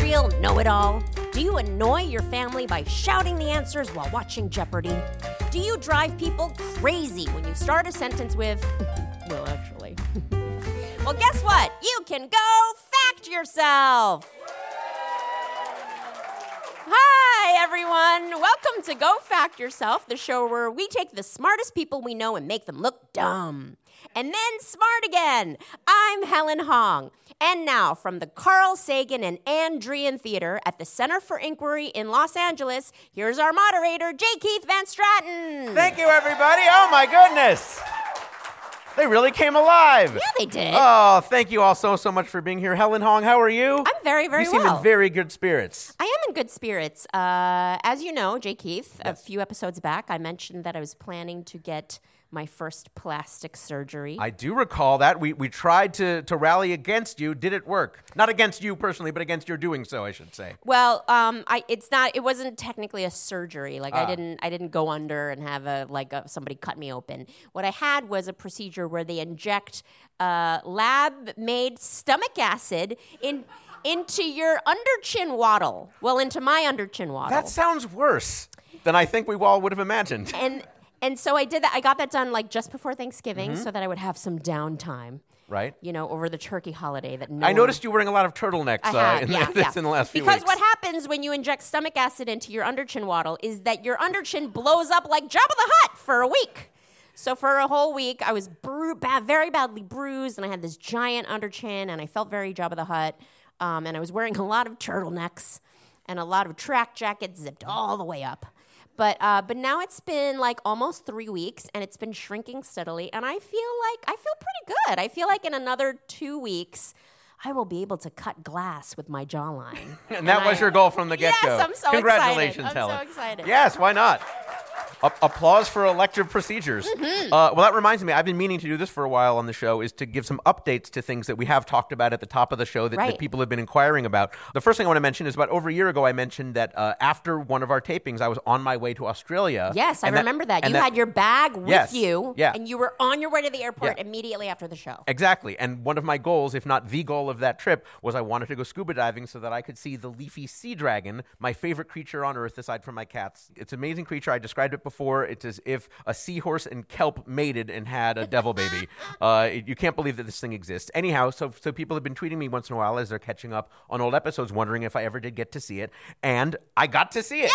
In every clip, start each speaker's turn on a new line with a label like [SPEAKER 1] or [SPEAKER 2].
[SPEAKER 1] it all? Do you annoy your family by shouting the answers while watching Jeopardy? Do you drive people crazy when you start a sentence with, well, actually? well, guess what? You can go fact yourself! Hi, everyone. Welcome to Go Fact Yourself, the show where we take the smartest people we know and make them look dumb. And then smart again. I'm Helen Hong. And now, from the Carl Sagan and Andrian Theater at the Center for Inquiry in Los Angeles, here's our moderator, J. Keith Van Stratton.
[SPEAKER 2] Thank you, everybody. Oh, my goodness. They really came alive.
[SPEAKER 1] yeah, they did.
[SPEAKER 2] Oh, thank you all so, so much for being here. Helen Hong, how are you?
[SPEAKER 1] I'm very, very
[SPEAKER 2] You seem
[SPEAKER 1] well.
[SPEAKER 2] in very good spirits.
[SPEAKER 1] I am in good spirits. Uh, as you know, Jay Keith, a few episodes back, I mentioned that I was planning to get my first plastic surgery.
[SPEAKER 2] I do recall that. We, we tried to, to rally against you. Did it work? Not against you personally, but against your doing so, I should say.
[SPEAKER 1] well, um, I, it's not. It wasn't technically a surgery. Like I didn't. I didn't go under and have a like a, somebody cut me open. What I had was a procedure where they inject uh, lab-made stomach acid in into your under chin waddle. Well, into my under chin waddle.
[SPEAKER 2] That sounds worse than I think we all would have imagined.
[SPEAKER 1] and and so I did that. I got that done like just before Thanksgiving,
[SPEAKER 2] Mm-hmm.
[SPEAKER 1] so that I would have some downtime,
[SPEAKER 2] Right?
[SPEAKER 1] you know, over the turkey holiday. That no
[SPEAKER 2] I
[SPEAKER 1] one-
[SPEAKER 2] noticed you wearing a lot of turtlenecks
[SPEAKER 1] I
[SPEAKER 2] uh,
[SPEAKER 1] had,
[SPEAKER 2] in,
[SPEAKER 1] yeah,
[SPEAKER 2] the,
[SPEAKER 1] yeah.
[SPEAKER 2] in the last few
[SPEAKER 1] because
[SPEAKER 2] weeks.
[SPEAKER 1] what happens when you inject stomach acid into your underchin waddle is that your underchin blows up like Jabba the Hutt for a week. So for a whole week, I was bru- bad, very badly bruised, and I had this giant underchin, and I felt very Jabba the Hutt, um, and I was wearing a lot of turtlenecks and a lot of track jackets zipped all the way up. But uh, but now it's been like almost three weeks, and it's been shrinking steadily, and I feel like I feel pretty good. I feel like in another two weeks. I will be able to cut glass with my jawline.
[SPEAKER 2] and that was
[SPEAKER 1] I-
[SPEAKER 2] your goal from the get
[SPEAKER 1] Yes,
[SPEAKER 2] go.
[SPEAKER 1] I'm so
[SPEAKER 2] Congratulations,
[SPEAKER 1] excited. I'm
[SPEAKER 2] Helen.
[SPEAKER 1] so excited.
[SPEAKER 2] Yes, why not? A- applause for elective procedures.
[SPEAKER 1] Mm-hmm.
[SPEAKER 2] Uh, well, that reminds me, I've been meaning to do this for a while on the show, is to give some updates to things that we have talked about at the top of the show that,
[SPEAKER 1] Right.
[SPEAKER 2] that people have been inquiring about. The first thing I want to mention is about over a year ago, I mentioned that uh, after one of our tapings, I was on my way to Australia.
[SPEAKER 1] Yes, I
[SPEAKER 2] uh, and
[SPEAKER 1] remember that.
[SPEAKER 2] and
[SPEAKER 1] You had your bag with
[SPEAKER 2] Yes,
[SPEAKER 1] you,
[SPEAKER 2] yeah.
[SPEAKER 1] and you were on your way to the airport
[SPEAKER 2] Yeah.
[SPEAKER 1] immediately after the show.
[SPEAKER 2] Exactly. And one of my goals, if not the goal of that trip, was I wanted to go scuba diving so that I could see the leafy sea dragon, my favorite creature on earth aside from my cats. It's an amazing creature. I described it before. It's as if a seahorse and kelp mated and had a devil baby. Uh, it- you can't believe that this thing exists. Anyhow, so, so people have been tweeting me once in a while as they're catching up on old episodes, wondering if I ever did get to see it. And I got to see it.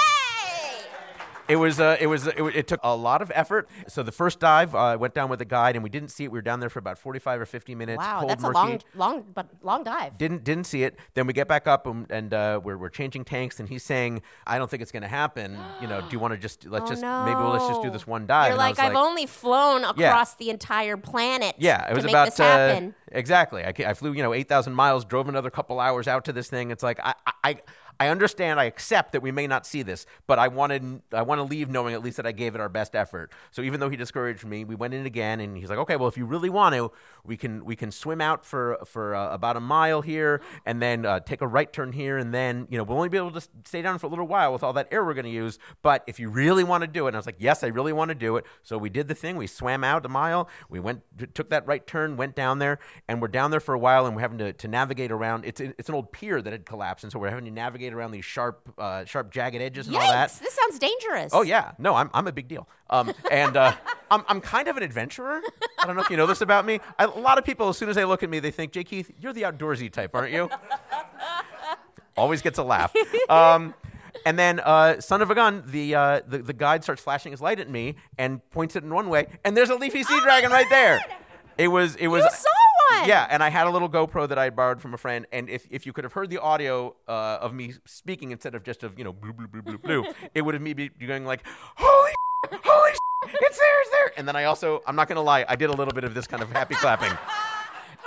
[SPEAKER 2] It was uh, it was it, wa- it took a lot of effort. So the first dive, uh, I went down with a guide, and we didn't see it. We were down there for about forty five or fifty minutes.
[SPEAKER 1] wow,
[SPEAKER 2] cold,
[SPEAKER 1] that's
[SPEAKER 2] murky.
[SPEAKER 1] a long, long, but long dive.
[SPEAKER 2] Didn't didn't see it. Then we get back up and, and uh, we're we're changing tanks, and he's saying, "I don't think it's going to happen. You know, do you want to just let's
[SPEAKER 1] Oh,
[SPEAKER 2] just maybe we'll, let's just do
[SPEAKER 1] no.
[SPEAKER 2] this one dive."
[SPEAKER 1] You're
[SPEAKER 2] And I
[SPEAKER 1] like,
[SPEAKER 2] was
[SPEAKER 1] I've only flown across the entire planet.
[SPEAKER 2] yeah, it was
[SPEAKER 1] to make
[SPEAKER 2] about
[SPEAKER 1] this happen.
[SPEAKER 2] Uh, exactly. I, ca- I flew you know eight thousand miles, drove another couple hours out to this thing. It's like I. I I I understand. I accept that we may not see this, but I wanted I want to leave knowing at least that I gave it our best effort. So even though he discouraged me, we went in again, and he's like, "Okay, well, if you really want to, we can we can swim out for for uh, about a mile here, and then uh, take a right turn here, and then you know we'll only be able to s- stay down for a little while with all that air we're going to use. But if you really want to do it, and I was like, "Yes, I really want to do it." So we did the thing. We swam out a mile. We went t- took that right turn, went down there, and we're down there for a while, and we're having to, to navigate around. It's it's an old pier that had collapsed, and so we're having to navigate around these sharp uh, sharp jagged edges and all that.
[SPEAKER 1] Yikes! This sounds dangerous.
[SPEAKER 2] Oh yeah, no, I'm I'm a big deal. Um, and uh, I'm I'm kind of an adventurer. I don't know if you know this about me. I, a lot of people, as soon as they look at me, they think, "Jay Keith, you're the outdoorsy type, aren't you?" Always gets a laugh. Um, and then, uh, son of a gun, the, uh, the the guide starts flashing his light at me and points it in one way, and there's a leafy sea dragon right there. It was it was
[SPEAKER 1] Oh, You saw one!
[SPEAKER 2] Yeah, and I had a little GoPro that I had borrowed from a friend, and if, if you could have heard the audio uh, of me speaking instead of just of you know blue blue blue blue blue, it would have me be going like, holy, shit, holy, shit, it's there, it's there. And then I also, I'm not gonna lie, I did a little bit of this kind of happy clapping.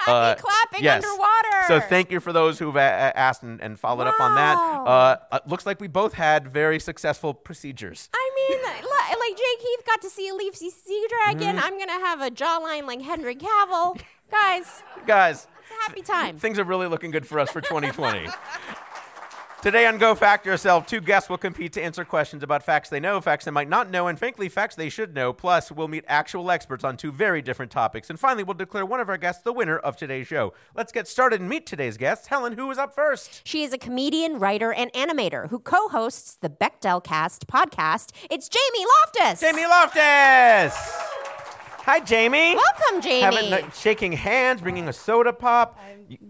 [SPEAKER 1] Happy
[SPEAKER 2] Uh,
[SPEAKER 1] clapping
[SPEAKER 2] yes.
[SPEAKER 1] underwater.
[SPEAKER 2] So thank you for those who've a- a- asked and, and followed up on that.
[SPEAKER 1] Wow.
[SPEAKER 2] Uh, uh, looks like we both had very successful procedures.
[SPEAKER 1] I mean, li- like Jake Heath got to see a leafy sea dragon.
[SPEAKER 2] Mm-hmm.
[SPEAKER 1] I'm gonna have a jawline like Henry Cavill. Guys,
[SPEAKER 2] Guys,
[SPEAKER 1] it's a happy time.
[SPEAKER 2] things are really looking good for us for 2020. Today on Go Fact Yourself, two guests will compete to answer questions about facts they know, facts they might not know, and frankly, facts they should know. Plus, we'll meet actual experts on two very different topics. And finally, we'll declare one of our guests the winner of today's show. Let's get started and meet today's guests. Helen, who is up first?
[SPEAKER 1] She is a comedian, writer, and animator who co hosts the Bechdel Cast podcast. It's Jamie Loftus.
[SPEAKER 2] Jamie Loftus! Hi, Jamie.
[SPEAKER 1] Welcome, Jamie.
[SPEAKER 2] Having, uh, shaking hands, bringing a soda pop.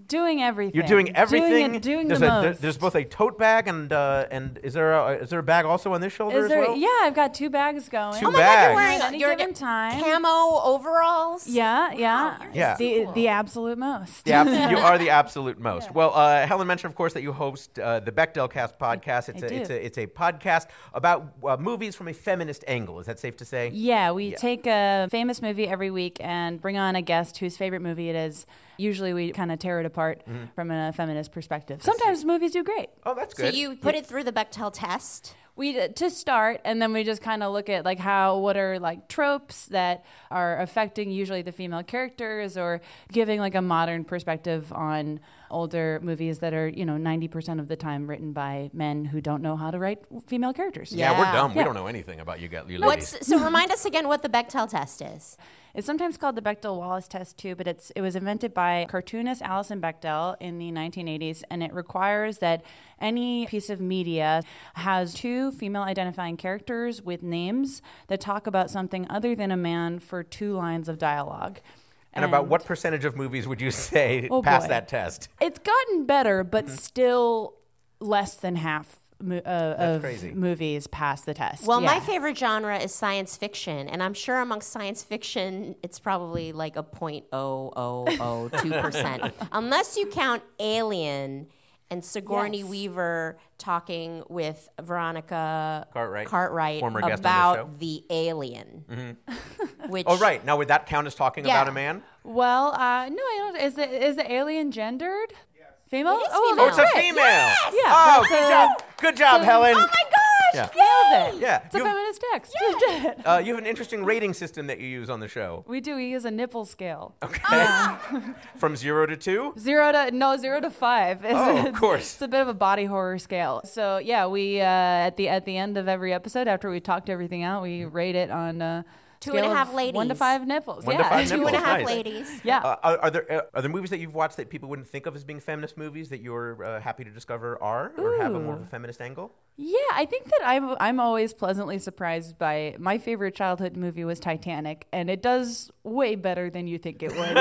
[SPEAKER 3] Doing everything.
[SPEAKER 2] You're doing everything.
[SPEAKER 3] Doing, it, doing
[SPEAKER 2] there's
[SPEAKER 3] the
[SPEAKER 2] a, there-
[SPEAKER 3] most.
[SPEAKER 2] There's both a tote bag and uh, and is there a, is there a bag also on this shoulder
[SPEAKER 3] Is
[SPEAKER 2] as
[SPEAKER 3] there?
[SPEAKER 2] well?
[SPEAKER 3] Yeah, I've got two bags going.
[SPEAKER 2] Two
[SPEAKER 1] oh my God,
[SPEAKER 2] bags.
[SPEAKER 1] you're wearing
[SPEAKER 3] At any
[SPEAKER 1] you're
[SPEAKER 3] given time.
[SPEAKER 1] camo overalls.
[SPEAKER 3] Yeah, yeah.
[SPEAKER 2] Yeah.
[SPEAKER 3] The the absolute most.
[SPEAKER 2] The abs- you are the absolute most. Well, uh, Helen mentioned, of course, that you host uh, the Bechdel Cast podcast. It's
[SPEAKER 3] I
[SPEAKER 2] a
[SPEAKER 3] do.
[SPEAKER 2] it's a it's a podcast about uh, movies from a feminist angle. Is that safe to say?
[SPEAKER 3] Yeah, we take a famous movie every week and bring on a guest whose favorite movie it is. Usually we kind of tear it apart
[SPEAKER 2] Mm-hmm.
[SPEAKER 3] from a feminist perspective. Sometimes movies do great.
[SPEAKER 2] Oh, that's
[SPEAKER 1] So
[SPEAKER 2] good.
[SPEAKER 1] you put it through the Bechtel test.
[SPEAKER 3] we d- to start and then we just kind of look at like how what are like tropes that are affecting usually the female characters or giving like a modern perspective on older movies that are you know 90% of the time written by men who don't know how to write female characters
[SPEAKER 2] yeah, we're
[SPEAKER 1] Yeah.
[SPEAKER 2] dumb. We
[SPEAKER 3] Yeah.
[SPEAKER 2] don't know anything about you, gu- you ladies.
[SPEAKER 1] What's so? Remind us again what the Bechtel test is.
[SPEAKER 3] It's sometimes called the Bechdel Wallace test too, but it's it was invented by cartoonist Alison Bechdel in the 1980s, and it requires that any piece of media has two female identifying characters with names that talk about something other than a man for two lines of dialogue.
[SPEAKER 2] and, about what percentage of movies would you say
[SPEAKER 3] Oh,
[SPEAKER 2] pass
[SPEAKER 3] boy.
[SPEAKER 2] that test? Mm-hmm.
[SPEAKER 3] It's gotten better, but still less than half mo- uh, of
[SPEAKER 2] crazy.
[SPEAKER 3] movies pass the test.
[SPEAKER 1] Well, my
[SPEAKER 3] Yeah.
[SPEAKER 1] favorite genre is science fiction, and I'm sure amongst science fiction, it's probably like a 0.0002%. Unless you count Alien and Sigourney
[SPEAKER 3] Yes.
[SPEAKER 1] Weaver talking with Veronica
[SPEAKER 2] Cartwright.
[SPEAKER 1] Cartwright
[SPEAKER 2] Former guest on the
[SPEAKER 1] about
[SPEAKER 2] show.
[SPEAKER 1] the alien. Which,
[SPEAKER 2] Oh, right. Now, would that count as talking
[SPEAKER 1] Yeah.
[SPEAKER 2] about a man?
[SPEAKER 3] well, uh, no, I don't. Is the is the alien gendered? Female?
[SPEAKER 1] It is
[SPEAKER 3] Oh,
[SPEAKER 1] female.
[SPEAKER 2] Oh, it's a
[SPEAKER 1] Right.
[SPEAKER 2] female.
[SPEAKER 3] Yeah,
[SPEAKER 2] Oh,
[SPEAKER 3] that's
[SPEAKER 2] good
[SPEAKER 3] a-
[SPEAKER 2] job. Good job,
[SPEAKER 3] so-
[SPEAKER 2] Helen.
[SPEAKER 3] Oh,
[SPEAKER 1] Oh my gosh!
[SPEAKER 3] Nailed it.
[SPEAKER 2] Yeah,
[SPEAKER 3] It's a
[SPEAKER 2] you-
[SPEAKER 3] feminist text.
[SPEAKER 2] uh, you have an interesting rating system that you use on the show.
[SPEAKER 3] we do. We use a nipple scale.
[SPEAKER 2] Okay. From zero to two?
[SPEAKER 3] Zero to no, zero to five. It's-
[SPEAKER 2] Oh, of
[SPEAKER 3] it's-
[SPEAKER 2] course.
[SPEAKER 3] It's a bit of a body horror scale. So yeah, we uh, at the at the end of every episode, after we talked everything out, we rate it on uh,
[SPEAKER 1] Two and a
[SPEAKER 3] scale
[SPEAKER 1] half
[SPEAKER 3] of
[SPEAKER 1] ladies.
[SPEAKER 3] one to five nipples.
[SPEAKER 2] One to
[SPEAKER 3] yeah,
[SPEAKER 2] five
[SPEAKER 1] Two and a
[SPEAKER 2] nipples,
[SPEAKER 1] half
[SPEAKER 2] nice.
[SPEAKER 1] ladies.
[SPEAKER 3] yeah.
[SPEAKER 2] Uh, are, are there uh, are there movies that you've watched that people wouldn't think of as being feminist movies that you're uh, happy to discover are or have a more of a feminist angle?
[SPEAKER 3] Yeah, I think that I'm I'm always pleasantly surprised by my favorite childhood movie was Titanic, and it does way better than you think it would. really?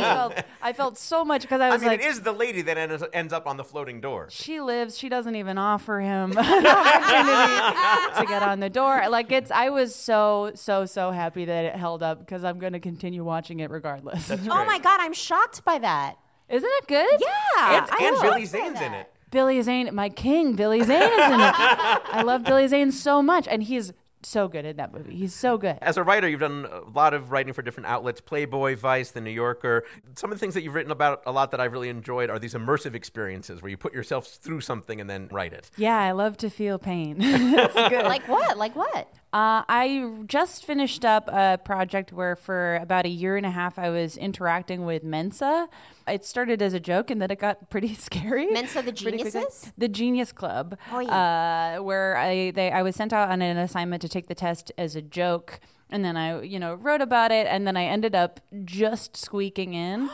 [SPEAKER 3] I felt I felt so much because I
[SPEAKER 2] I
[SPEAKER 3] was
[SPEAKER 2] mean,
[SPEAKER 3] like,
[SPEAKER 2] it is the lady that ends, ends up on the floating door.
[SPEAKER 3] she lives. She doesn't even offer him an opportunity to get on the door. Like it's. I was so so so happy that it held up because I'm going to continue watching it regardless. Isn't
[SPEAKER 1] Oh my god, I'm shocked by that.
[SPEAKER 3] it good?
[SPEAKER 1] Yeah.
[SPEAKER 2] And,
[SPEAKER 1] I
[SPEAKER 2] and
[SPEAKER 1] love
[SPEAKER 2] Billy
[SPEAKER 1] that.
[SPEAKER 2] Zane's in it.
[SPEAKER 3] Billy Zane, my king, Billy Zane is in it. I love Billy Zane so much, and he's so good in that movie. He's so good.
[SPEAKER 2] As a writer, you've done a lot of writing for different outlets Playboy, Vice, The New Yorker. Some of the things that you've written about a lot that I've really enjoyed are these immersive experiences where you put yourself through something and then write it.
[SPEAKER 3] Yeah, I love to feel pain. It's good.
[SPEAKER 1] Like what? Like what?
[SPEAKER 3] Uh, I just finished up a project where, for about a year and a half, I was interacting with Mensa. It started as a joke, and then it got pretty scary.
[SPEAKER 1] Mensa the
[SPEAKER 3] pretty quickly.
[SPEAKER 1] Geniuses?
[SPEAKER 3] the Genius Club.
[SPEAKER 1] Oh,
[SPEAKER 3] uh, where I they I was sent out on an assignment to take the test as a joke, and then I you know wrote about it, and then I ended up just squeaking in.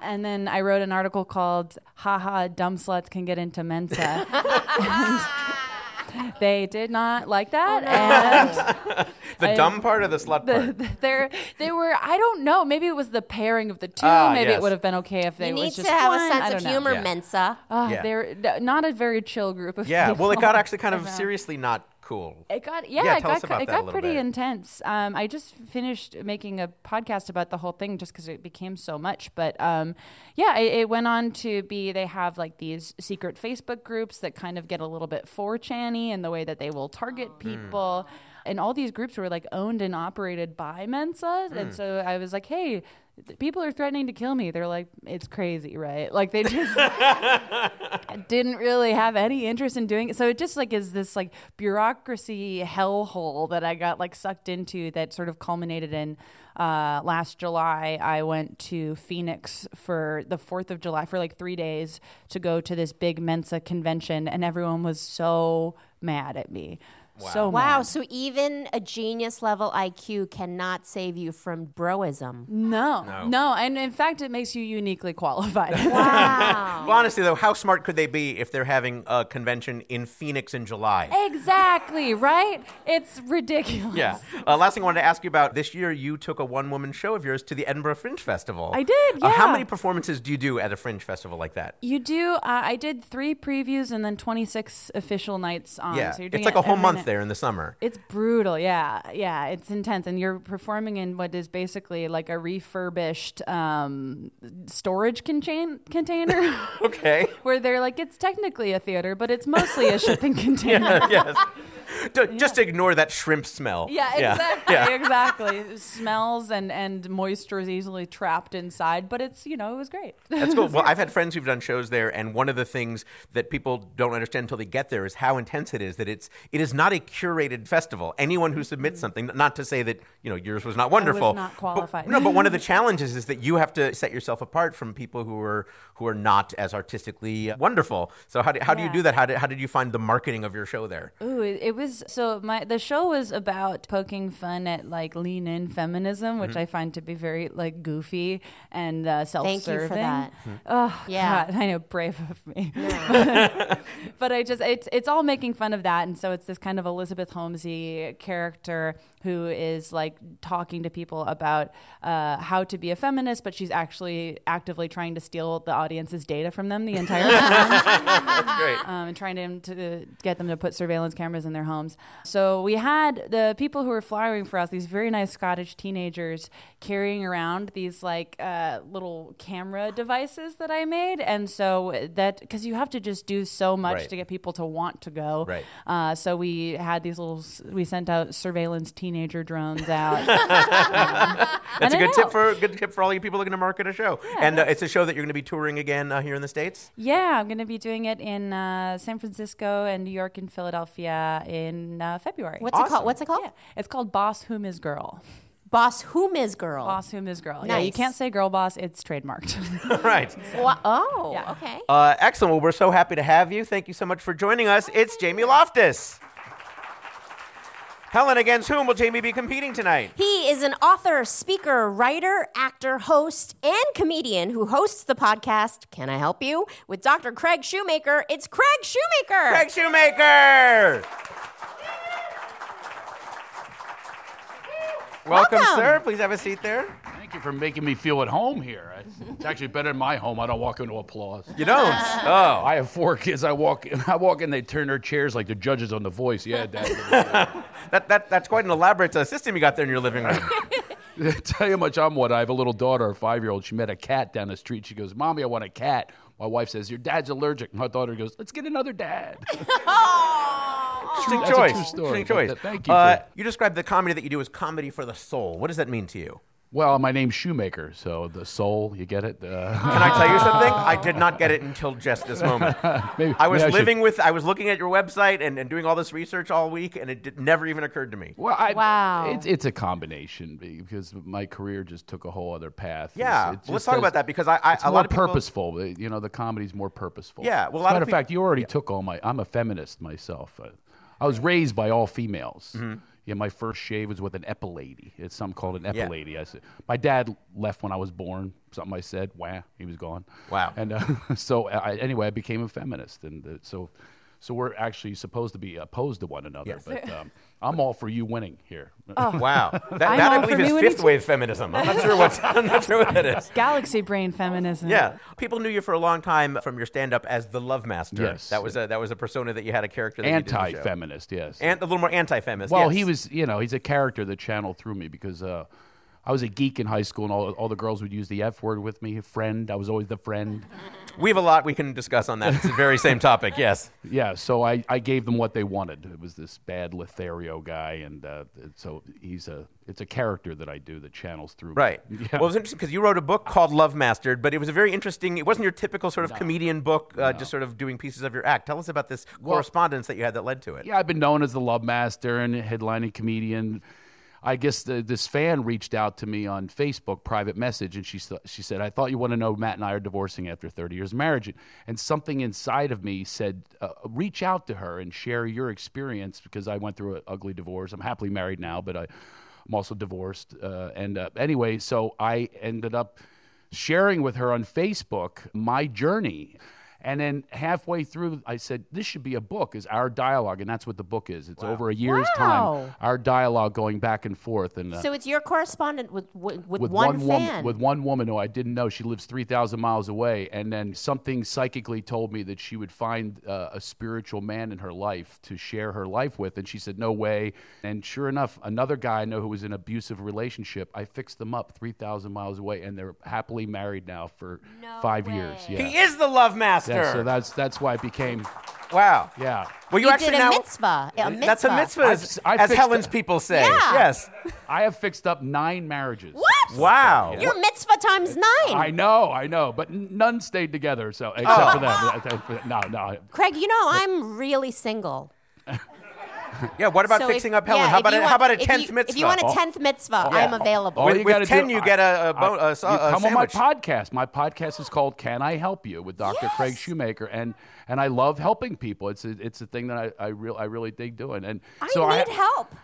[SPEAKER 3] And then I wrote an article called "Ha Ha Dumb Sluts Can Get Into Mensa." And they did not like that, and
[SPEAKER 2] The dumb part or the slut part?
[SPEAKER 3] there they were I don't know, maybe it was the pairing of the two.
[SPEAKER 2] Ah,
[SPEAKER 3] maybe
[SPEAKER 2] yes.
[SPEAKER 3] it would have been okay if they
[SPEAKER 1] You
[SPEAKER 3] was
[SPEAKER 1] need to
[SPEAKER 3] just
[SPEAKER 1] have
[SPEAKER 3] one.
[SPEAKER 1] a
[SPEAKER 3] I
[SPEAKER 1] sense of
[SPEAKER 3] don't know.
[SPEAKER 1] humor,
[SPEAKER 2] Yeah.
[SPEAKER 1] Mensa.
[SPEAKER 3] Ah,
[SPEAKER 2] Yeah.
[SPEAKER 3] They're d- not a very chill group of
[SPEAKER 2] Yeah,
[SPEAKER 3] people.
[SPEAKER 2] well, it got actually kind of
[SPEAKER 3] know.
[SPEAKER 2] seriously not cool.
[SPEAKER 3] It got yeah,
[SPEAKER 2] Yeah,
[SPEAKER 3] it
[SPEAKER 2] tell us
[SPEAKER 3] got
[SPEAKER 2] about
[SPEAKER 3] it
[SPEAKER 2] that a
[SPEAKER 3] got
[SPEAKER 2] little
[SPEAKER 3] pretty
[SPEAKER 2] bit.
[SPEAKER 3] intense. Um, I just finished making a podcast about the whole thing just because it became so much. But um, yeah, it, it went on to be they have like these secret Facebook groups that kind of get a little bit 4chan-y in the way that they will target
[SPEAKER 2] Hmm.
[SPEAKER 3] people. And all these groups were like owned and operated by Mensa,
[SPEAKER 2] Hmm.
[SPEAKER 3] and so I was like, hey. th- People are threatening to kill me. They're like, it's crazy, right? Like they just didn't really have any interest in doing it. So it just like is this like bureaucracy hellhole that I got like sucked into that sort of culminated in Uh, last July, I went to Phoenix for the 4th of July for like three days to go to this big Mensa convention, and everyone was so mad at me. So
[SPEAKER 1] Wow,
[SPEAKER 3] mad.
[SPEAKER 1] so even a genius level IQ cannot save you from broism.
[SPEAKER 3] No,
[SPEAKER 2] No.
[SPEAKER 3] no, and in fact, it makes you uniquely qualified.
[SPEAKER 1] Wow.
[SPEAKER 2] Well, honestly, though, how smart could they be if they're having a convention in Phoenix in July?
[SPEAKER 3] Exactly, right? It's ridiculous.
[SPEAKER 2] Yeah. Uh, last thing I wanted to ask you about this year, you took a one woman show of yours to the Edinburgh Fringe Festival.
[SPEAKER 3] I did,
[SPEAKER 2] Uh, how
[SPEAKER 3] yeah.
[SPEAKER 2] many performances do you do at a Fringe Festival like that?
[SPEAKER 3] You do. Uh, I did three previews and then 26 official nights on.
[SPEAKER 2] yeah.
[SPEAKER 3] so you're doing
[SPEAKER 2] it's like
[SPEAKER 3] it
[SPEAKER 2] a whole
[SPEAKER 3] every
[SPEAKER 2] month
[SPEAKER 3] night.
[SPEAKER 2] there in the summer.
[SPEAKER 3] It's brutal. Yeah. Yeah. It's intense. And you're performing in what is basically like a refurbished um, storage contain- container
[SPEAKER 2] Okay.
[SPEAKER 3] where they're like, it's technically a theater, but it's mostly a shipping container.
[SPEAKER 2] yes. D- Just ignore that shrimp smell.
[SPEAKER 3] Yeah, exactly,
[SPEAKER 2] Yeah.
[SPEAKER 3] exactly. Smells and and moisture is easily trapped inside, but it's you know it was great.
[SPEAKER 2] That's cool. Well, I've had friends who've done shows there, and one of the things that people don't understand until they get there is how intense it is. That it's it is not a curated festival. Anyone who submits something, not to say that you know yours was not wonderful,
[SPEAKER 3] Mm-hmm. not
[SPEAKER 2] but-
[SPEAKER 3] qualified.
[SPEAKER 2] no, but one of the challenges is that you have to set yourself apart from people who are who are not as artistically wonderful. So how do, how do you
[SPEAKER 3] Yeah.
[SPEAKER 2] do that? How did, how did you find the marketing of your show there?
[SPEAKER 3] Ooh, it, it was so my the show was about poking fun at like lean in feminism, which I find to be very like goofy and uh, self-serving.
[SPEAKER 1] Thank you for that.
[SPEAKER 3] Oh,
[SPEAKER 1] Yeah.
[SPEAKER 3] God, I know, brave of me. but I just it's it's all making fun of that, and so it's this kind of Elizabeth Holmesy character who is like talking to people about uh, how to be a feminist, but she's actually actively trying to steal the audience's data from them the entire time
[SPEAKER 2] That's great.
[SPEAKER 3] um, and trying to, to get them to put surveillance cameras in their homes. So we had the people who were flying for us, these very nice Scottish teenagers, carrying around these like uh, little camera devices that I made. And so that, because you have to just do so much
[SPEAKER 2] Right.
[SPEAKER 3] to get people to want to go.
[SPEAKER 2] Right.
[SPEAKER 3] Uh, so we had these little, s- we sent out surveillance teenager drones out. Um, and
[SPEAKER 2] That's a
[SPEAKER 3] it
[SPEAKER 2] good tip
[SPEAKER 3] helped.
[SPEAKER 2] for good tip for all you people looking to market a show. And uh, it's a show that you're going to be touring again uh, here in the states.
[SPEAKER 3] Yeah, I'm going to be doing it in uh, San Francisco and New York and Philadelphia in uh, February.
[SPEAKER 1] What's it
[SPEAKER 2] Awesome.
[SPEAKER 1] called? What's it called?
[SPEAKER 3] Yeah, it's called Boss Whom Is Girl.
[SPEAKER 1] Boss Whom is Girl?
[SPEAKER 3] Boss Whom Is Girl. Yeah, you
[SPEAKER 1] Nice.
[SPEAKER 3] can't say girl boss; it's trademarked.
[SPEAKER 2] All right.
[SPEAKER 1] Wha- oh,
[SPEAKER 3] Yeah.
[SPEAKER 1] okay.
[SPEAKER 2] Uh, excellent. Well, we're so happy to have you. Thank you so much for joining us. It's Jamie Loftus. Helen, against whom will Jamie be competing tonight?
[SPEAKER 1] He is an author, speaker, writer, actor, host, and comedian who hosts the podcast Can I Help You? with Dr. Craig Shoemaker. It's Craig Shoemaker.
[SPEAKER 2] Craig Shoemaker! Welcome,
[SPEAKER 1] Welcome.
[SPEAKER 2] sir. Please have a seat there.
[SPEAKER 4] Thank you for making me feel at home here. It's actually better than my home. I don't walk into applause.
[SPEAKER 2] You don't.
[SPEAKER 4] Oh, I have four kids. I walk in, I walk in, they turn their chairs like the judges on The Voice. Yeah, Dad.
[SPEAKER 2] That, that, that's quite an elaborate uh, system you got there in your living room.
[SPEAKER 4] Tell you how much I'm what. I have a little daughter, a five year old. She met a cat down the street. She goes, Mommy, I want a cat. My wife says, Your dad's allergic. My daughter goes, Let's get another dad.
[SPEAKER 2] Interesting
[SPEAKER 4] That's a
[SPEAKER 2] choice.
[SPEAKER 4] true story,
[SPEAKER 2] Interesting
[SPEAKER 4] but
[SPEAKER 2] choice.
[SPEAKER 4] th- thank you
[SPEAKER 2] Uh,
[SPEAKER 4] for-
[SPEAKER 2] you described the comedy that you do as comedy for the soul. What does that mean to you?
[SPEAKER 4] well, my name's Shoemaker, so the soul, you get it? Uh,
[SPEAKER 2] Can I tell you something? I did not get it until just this moment.
[SPEAKER 4] maybe-
[SPEAKER 2] I was
[SPEAKER 4] maybe should-
[SPEAKER 2] living with, I was looking at your website and, and doing all this research all week, and it did, never even occurred to me.
[SPEAKER 4] Well, I,
[SPEAKER 3] Wow.
[SPEAKER 4] It's, it's a combination because my career just took a whole other path.
[SPEAKER 2] Yeah,
[SPEAKER 4] It's- it
[SPEAKER 2] well, let's
[SPEAKER 4] just
[SPEAKER 2] talk
[SPEAKER 4] has-
[SPEAKER 2] about that because I, I
[SPEAKER 4] It's
[SPEAKER 2] a
[SPEAKER 4] more
[SPEAKER 2] lot of people-
[SPEAKER 4] purposeful. You know, the comedy's more purposeful.
[SPEAKER 2] Yeah, well, a
[SPEAKER 4] As
[SPEAKER 2] lot
[SPEAKER 4] a matter
[SPEAKER 2] of
[SPEAKER 4] of fact, you already took all my. I'm a feminist myself. Uh, I was raised by all females.
[SPEAKER 2] Mm-hmm.
[SPEAKER 4] Yeah, my first shave was with an epilady. It's something called an
[SPEAKER 2] Yeah.
[SPEAKER 4] epilady. I said my dad left when I was born. Something I said. Wow, he was gone.
[SPEAKER 2] Wow.
[SPEAKER 4] And uh, so I, anyway, I became a feminist, and uh, so. So we're actually supposed to be opposed to one another,
[SPEAKER 2] Yes.
[SPEAKER 4] but um, I'm all for you winning here.
[SPEAKER 2] Wow, that,
[SPEAKER 3] I'm
[SPEAKER 2] that I
[SPEAKER 3] all Um, for
[SPEAKER 2] believe
[SPEAKER 3] me
[SPEAKER 2] is
[SPEAKER 3] when you
[SPEAKER 2] fifth
[SPEAKER 3] t-
[SPEAKER 2] wave feminism. I'm not sure what I'm not sure what that is.
[SPEAKER 3] Galaxy brain feminism.
[SPEAKER 2] Yeah, people knew you for a long time from your stand up as the Love Master.
[SPEAKER 4] Yes.
[SPEAKER 2] that was a that was a persona that you had a character that you did in the show.
[SPEAKER 4] Anti-feminist, yes.
[SPEAKER 2] and a little more anti-feminist.
[SPEAKER 4] Well,
[SPEAKER 2] yes.
[SPEAKER 4] he was, you know, he's a character that channeled through me because uh, I was a geek in high school, and all, all the girls would use the F word with me, friend. I was always the friend.
[SPEAKER 2] We have a lot we can discuss on that. It's the very same topic. Yes.
[SPEAKER 4] Yeah, so I, I gave them what they wanted. It was this bad Lothario guy, and uh, so he's a it's a character that I do that channels through. me.
[SPEAKER 2] Right.
[SPEAKER 4] Yeah.
[SPEAKER 2] Well, it was interesting because you wrote a book called Love Mastered, but it was a very interesting. It wasn't your typical sort of comedian book, uh, just sort of doing pieces of your act. Tell us about this correspondence that you had that led to it.
[SPEAKER 4] Yeah, I've been known as the love master and headlining comedian. I guess the, this fan reached out to me on Facebook private message, and she s- she said, "I thought you want to know Matt and I are divorcing after 30 years of marriage." And something inside of me said, uh, "Reach out to her and share your experience because I went through an ugly divorce. I'm happily married now, but I, I'm also divorced." Uh, and uh, anyway, so I ended up sharing with her on Facebook my journey. And then halfway through, I said, "This should be a book. Is our dialogue?" And that's what the book is. It's over a year's
[SPEAKER 3] Wow.
[SPEAKER 4] time. Our dialogue going back and forth, and uh,
[SPEAKER 1] So it's your correspondent with with, with,
[SPEAKER 4] with
[SPEAKER 1] one, fan.
[SPEAKER 4] woman, with one woman who I didn't know. She lives three thousand miles away, and then something psychically told me that she would find uh, a spiritual man in her life to share her life with. And she said, "No way." And sure enough, another guy I know who was in an abusive relationship. I fixed them up three thousand miles away, and they're happily married now for five years. Yeah.
[SPEAKER 2] He is the love master.
[SPEAKER 4] Yeah, so that's that's why it became
[SPEAKER 2] wow.
[SPEAKER 4] yeah.
[SPEAKER 2] Well, you,
[SPEAKER 1] you
[SPEAKER 2] actually
[SPEAKER 1] did
[SPEAKER 2] now.
[SPEAKER 1] a mitzvah. A mitzvah.
[SPEAKER 2] That's a mitzvah, as,
[SPEAKER 4] I've- I
[SPEAKER 2] as
[SPEAKER 4] fixed
[SPEAKER 2] Helen's
[SPEAKER 4] it.
[SPEAKER 2] people say.
[SPEAKER 1] Yeah.
[SPEAKER 2] Yes.
[SPEAKER 4] I have fixed up nine marriages.
[SPEAKER 1] What?
[SPEAKER 2] Wow.
[SPEAKER 1] Your mitzvah times nine.
[SPEAKER 4] I know, I know, but n- none stayed together. So
[SPEAKER 2] Oh.
[SPEAKER 4] except for that, no, no.
[SPEAKER 1] Craig, you know I'm really single.
[SPEAKER 2] Yeah. What about
[SPEAKER 1] So if-
[SPEAKER 2] fixing up Helen?
[SPEAKER 1] yeah,
[SPEAKER 2] how
[SPEAKER 1] if
[SPEAKER 2] about
[SPEAKER 1] you
[SPEAKER 2] a,
[SPEAKER 1] want-
[SPEAKER 2] how about a
[SPEAKER 1] if you-
[SPEAKER 2] tenth mitzvah? Oh,
[SPEAKER 1] If you want a tenth mitzvah, I'm available.
[SPEAKER 4] All
[SPEAKER 2] With-
[SPEAKER 4] you
[SPEAKER 2] with
[SPEAKER 4] gotta
[SPEAKER 2] 10,
[SPEAKER 4] do,
[SPEAKER 2] you
[SPEAKER 4] I-
[SPEAKER 2] get a- a
[SPEAKER 4] I-
[SPEAKER 2] bo- a sa-
[SPEAKER 4] you
[SPEAKER 2] a
[SPEAKER 4] come on my
[SPEAKER 2] sandwich.
[SPEAKER 4] podcast. My podcast is called "Can I Help You" with Dr. Craig
[SPEAKER 1] Yes.
[SPEAKER 4] Shoemaker, and and I love helping people. It's a, it's a thing that I I, real, I really dig doing, and
[SPEAKER 1] I
[SPEAKER 4] so
[SPEAKER 1] need help.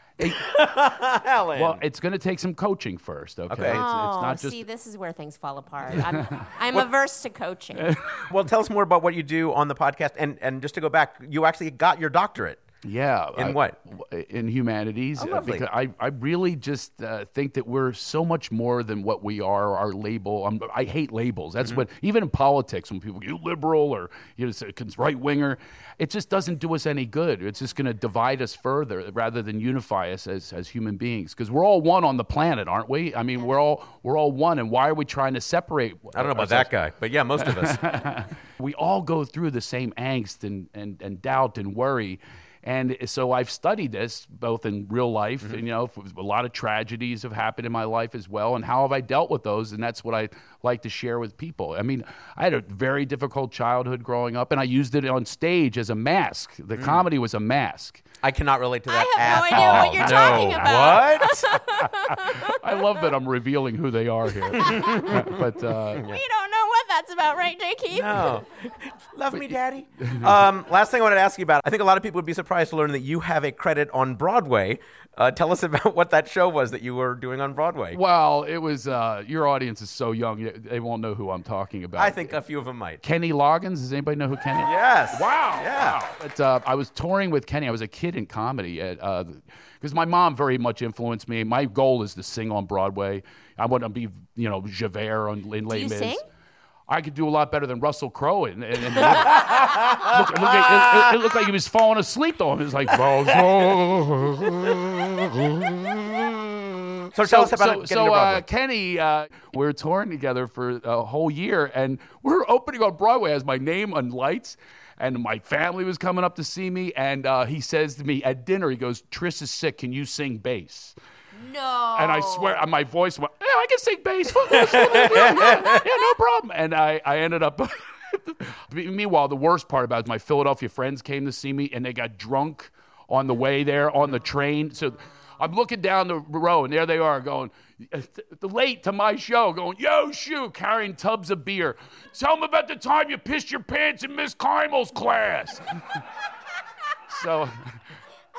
[SPEAKER 2] Helen.
[SPEAKER 4] Well, it's going to take some coaching first. Okay,
[SPEAKER 2] Okay.
[SPEAKER 4] It's, it's
[SPEAKER 1] oh,
[SPEAKER 4] not just
[SPEAKER 1] see, this is where things fall apart. I'm, I'm averse to coaching.
[SPEAKER 2] well, tell us more about what you do on the podcast, and and just to go back, you actually got your doctorate.
[SPEAKER 4] Yeah.
[SPEAKER 2] In
[SPEAKER 4] I-
[SPEAKER 2] what?
[SPEAKER 4] w- In humanities.
[SPEAKER 2] Oh,
[SPEAKER 4] uh,
[SPEAKER 2] lovely.
[SPEAKER 4] because I, I really just uh, think that we're so much more than what we are, our label. Um, I hate labels.
[SPEAKER 2] Mm-hmm.
[SPEAKER 4] That's what, even in politics, when people, you liberal or you know, right winger, it just doesn't do us any good. It's just going to divide us further rather than unify us as, as human beings. Because we're all one on the planet, aren't we? I mean, we're all we're all one. And why are we trying to separate?
[SPEAKER 2] I don't know about that guy, but yeah, most of us.
[SPEAKER 4] we all go through the same angst and, and, and doubt and worry. And so I've studied this both in real life,
[SPEAKER 2] Mm-hmm.
[SPEAKER 4] and you know, f- a lot of tragedies have happened in my life as well. And how have I dealt with those? And that's what I like to share with people. I mean, I had a very difficult childhood growing up, and I used it on stage as a mask. The
[SPEAKER 2] Mm.
[SPEAKER 4] comedy was a mask.
[SPEAKER 2] I cannot relate to that.
[SPEAKER 1] I have no
[SPEAKER 2] at
[SPEAKER 1] idea
[SPEAKER 2] all.
[SPEAKER 1] what you're talking about.
[SPEAKER 2] What?
[SPEAKER 4] I love that I'm revealing who they are here. but uh,
[SPEAKER 1] We don't know what that's about, right, Jay Keith?
[SPEAKER 2] No. Love me, Daddy. um, last thing I wanted to ask you about. I think a lot of people would be surprised to learn that you have a credit on Broadway. Uh, tell us about what that show was that you were doing on Broadway.
[SPEAKER 4] well, it was uh, your audience is so young; they- they won't know who I'm talking about.
[SPEAKER 2] I think a few of them might.
[SPEAKER 4] Kenny Loggins. Does anybody know who Kenny?
[SPEAKER 2] Yes.
[SPEAKER 4] Wow.
[SPEAKER 2] Yeah.
[SPEAKER 4] Wow. But uh, I was touring with Kenny. I was a kid in comedy at because my mom very much influenced me. My goal is to sing on Broadway. I want to be you know Javert on in Les
[SPEAKER 1] you
[SPEAKER 4] Mis.
[SPEAKER 1] sing?
[SPEAKER 4] I could do a lot better than Russell Crowe. And, and, and look, it, looked like, it, it looked like he was falling asleep though. He was like, Mm.
[SPEAKER 2] So tell us about it,
[SPEAKER 4] so,
[SPEAKER 2] getting
[SPEAKER 4] so,
[SPEAKER 2] to Broadway.
[SPEAKER 4] uh, Kenny, uh, we were touring together for a whole year, and we were opening on Broadway as my name on lights, and my family was coming up to see me, and uh, he says to me at dinner, he goes, "Tris is sick. Can you sing bass?"
[SPEAKER 1] No.
[SPEAKER 4] And I swear, uh, my voice went, yeah, I can sing bass. Fuck this, fuck this, yeah, yeah, yeah, no problem. And I, I ended up. Meanwhile, the worst part about it is my Philadelphia friends came to see me and they got drunk on the way there on the train. So I'm looking down the row and there they are going, "The late to my show, going, yo, shoo, carrying tubs of beer. Tell them about the time you pissed your pants in Miss Kaimel's class. so.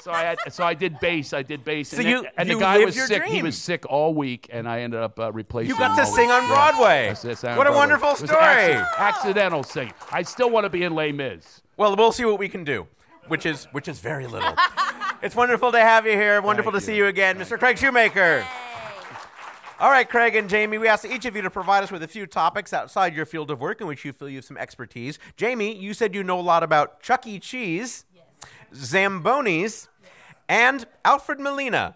[SPEAKER 4] So I had, so I did bass. I did bass. and
[SPEAKER 2] you-
[SPEAKER 4] then- and
[SPEAKER 2] you
[SPEAKER 4] the guy
[SPEAKER 2] lived
[SPEAKER 4] was
[SPEAKER 2] your
[SPEAKER 4] sick. He
[SPEAKER 2] dream.
[SPEAKER 4] was sick all week, and I ended up uh, replacing.
[SPEAKER 2] You got
[SPEAKER 4] him
[SPEAKER 2] to
[SPEAKER 4] all week.
[SPEAKER 2] sing on
[SPEAKER 4] Yeah.
[SPEAKER 2] Broadway.
[SPEAKER 4] I s- sang on
[SPEAKER 2] what a
[SPEAKER 4] Broadway.
[SPEAKER 2] wonderful
[SPEAKER 4] It was
[SPEAKER 2] story.
[SPEAKER 4] acci- accidental singing. I still want to be in Les Mis.
[SPEAKER 2] Well, we'll see what we can do, which is which is very little. it's wonderful to have you here. Wonderful
[SPEAKER 4] Thank
[SPEAKER 2] to
[SPEAKER 4] you.
[SPEAKER 2] see you again, Mr. Craig Shoemaker. All right, Craig and Jamie, we asked each of you to provide us with a few topics outside your field of work in which you feel you have some expertise. Jamie, you said you know a lot about Chuck E. Cheese, Zambonis, and Alfred Molina.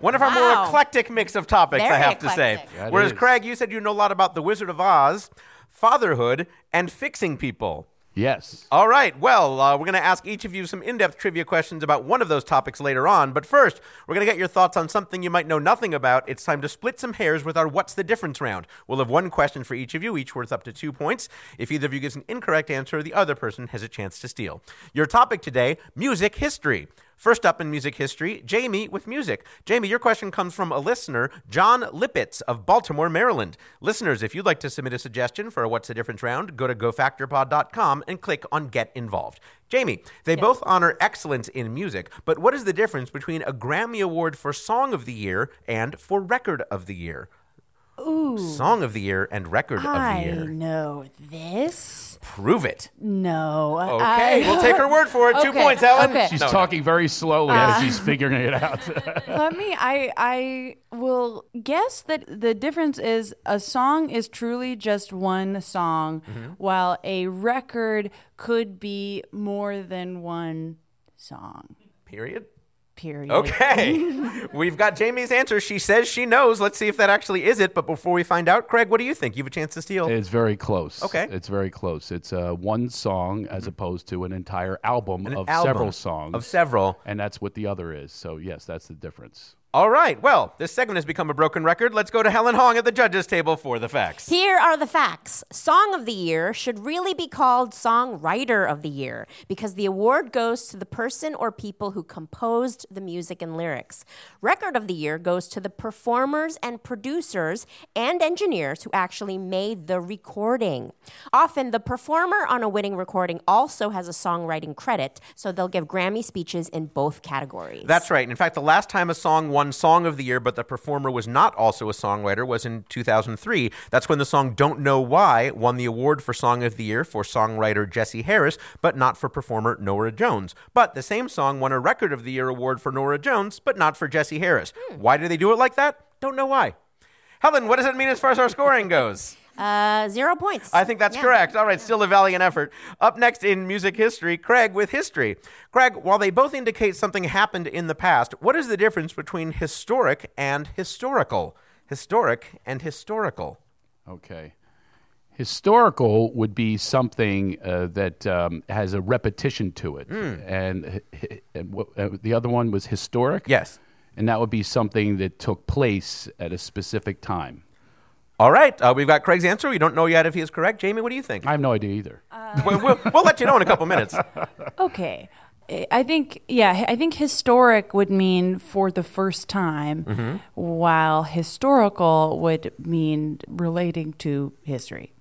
[SPEAKER 2] One of our more
[SPEAKER 1] Wow.
[SPEAKER 2] eclectic mix of topics, I
[SPEAKER 1] Very
[SPEAKER 2] have to say.
[SPEAKER 1] eclectic. Yeah,
[SPEAKER 4] it
[SPEAKER 2] Whereas,
[SPEAKER 4] is.
[SPEAKER 2] Craig, you said you know a lot about The Wizard of Oz, fatherhood, and fixing people.
[SPEAKER 4] Yes.
[SPEAKER 2] All right. Well, uh, we're going to ask each of you some in depth trivia questions about one of those topics later on. But first, we're going to get your thoughts on something you might know nothing about. It's time to split some hairs with our What's the Difference round. We'll have one question for each of you, each worth up to two points. If either of you gives an incorrect answer, the other person has a chance to steal. Your topic today music history. First up in music history, Jamie with music. Jamie, your question comes from a listener, John Lippitz of Baltimore, Maryland. Listeners, if you'd like to submit a suggestion for a What's the Difference round, go to gofactorpod.com and click on Get Involved. Jamie, they both honor excellence in music, but what is the difference between a Grammy Award for Song of the Year and for Record of the Year? Ooh. Song of the Year and Record
[SPEAKER 3] I
[SPEAKER 2] of the Year.
[SPEAKER 3] know this.
[SPEAKER 2] Prove it.
[SPEAKER 3] No.
[SPEAKER 2] Okay, we'll take her word for it. Two
[SPEAKER 3] Okay,
[SPEAKER 2] points, Helen.
[SPEAKER 3] okay.
[SPEAKER 4] She's
[SPEAKER 2] No, no.
[SPEAKER 4] talking very slowly as she's figuring it out.
[SPEAKER 3] Let me. I I will guess that the difference is a song is truly just one song, while a record could be more than one song.
[SPEAKER 2] Period.
[SPEAKER 3] Period.
[SPEAKER 2] Okay. We've got Jamie's answer. She says she knows. Let's see if that actually is it. But before we find out, Craig, what do you think? You have a chance to steal.
[SPEAKER 4] It's very close.
[SPEAKER 2] Okay.
[SPEAKER 4] It's very close. It's uh, one song as opposed to an entire album
[SPEAKER 2] An
[SPEAKER 4] of
[SPEAKER 2] album
[SPEAKER 4] several songs.
[SPEAKER 2] Of several.
[SPEAKER 4] and that's what the other is. So, yes, that's the difference.
[SPEAKER 2] All right. Well, this segment has become a broken record. Let's go to Helen Hong at the judges' table for the facts.
[SPEAKER 1] Here are the facts. Song of the Year should really be called Songwriter of the Year because the award goes to the person or people who composed the music and lyrics. Record of the Year goes to the performers and producers and engineers who actually made the recording. Often, the performer on a winning recording also has a songwriting credit, so they'll give Grammy speeches in both categories.
[SPEAKER 2] That's right. In fact, the last time a song won Song of the Year, but the performer was not also a songwriter, was in 2003. That's when the song Don't Know Why won the award for Song of the Year for songwriter Jesse Harris, but not for performer Nora Jones. But the same song won a Record of the Year award for Nora Jones, but not for Jesse Harris. Why do they do it like that? Don't know why. Helen, what does that mean as far as our scoring goes?
[SPEAKER 1] uh, zero points.
[SPEAKER 2] I think that's
[SPEAKER 1] Yeah.
[SPEAKER 2] correct. All right, still a valiant effort. Up next in music history, Craig with history. Craig, while they both indicate something happened in the past, what is the difference between historic and historical? Historic and historical.
[SPEAKER 4] Okay. Historical would be something uh, that um, has a repetition to it.
[SPEAKER 2] Hmm.
[SPEAKER 4] And, hi- hi- and what- uh, the other one was historic?
[SPEAKER 2] Yes.
[SPEAKER 4] And that would be something that took place at a specific time.
[SPEAKER 2] All right, uh, we've got Craig's answer. We don't know yet if he is correct. Jamie, what do you think?
[SPEAKER 4] I have no idea either.
[SPEAKER 2] we'll, we'll, we'll let you know in a couple minutes.
[SPEAKER 3] Okay. I I think yeah, I think historic would mean for the first time, while historical would mean relating to history.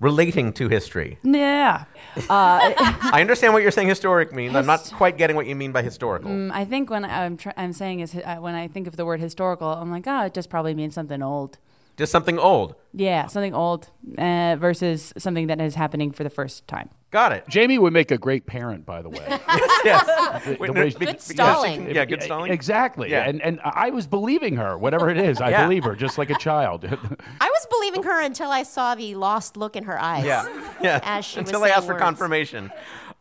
[SPEAKER 2] Relating to history.
[SPEAKER 3] Yeah. Uh,
[SPEAKER 2] I understand what you're saying historic means. I'm not quite getting what you mean by historical.
[SPEAKER 3] Um, I think when I'm tr- I'm saying is hi- uh, when I think of the word historical, I'm like, oh, it just probably means something old.
[SPEAKER 2] Just something old.
[SPEAKER 3] Yeah, something old uh, versus something that is happening for the first time.
[SPEAKER 2] Got it.
[SPEAKER 4] Jamie would make a great parent, by the way.
[SPEAKER 2] yes.
[SPEAKER 4] The-
[SPEAKER 2] no,
[SPEAKER 4] the way-
[SPEAKER 2] but-
[SPEAKER 1] Good stalling.
[SPEAKER 2] Yeah, good stalling.
[SPEAKER 4] Exactly.
[SPEAKER 2] Yeah.
[SPEAKER 4] And and I was believing her, whatever it is, I
[SPEAKER 2] Yeah.
[SPEAKER 4] believe her, just like a child.
[SPEAKER 1] I was believing her until I saw the lost look in her eyes.
[SPEAKER 2] Yeah, yeah.
[SPEAKER 1] As she was
[SPEAKER 2] Until I asked
[SPEAKER 1] saying
[SPEAKER 2] for
[SPEAKER 1] words.
[SPEAKER 2] confirmation.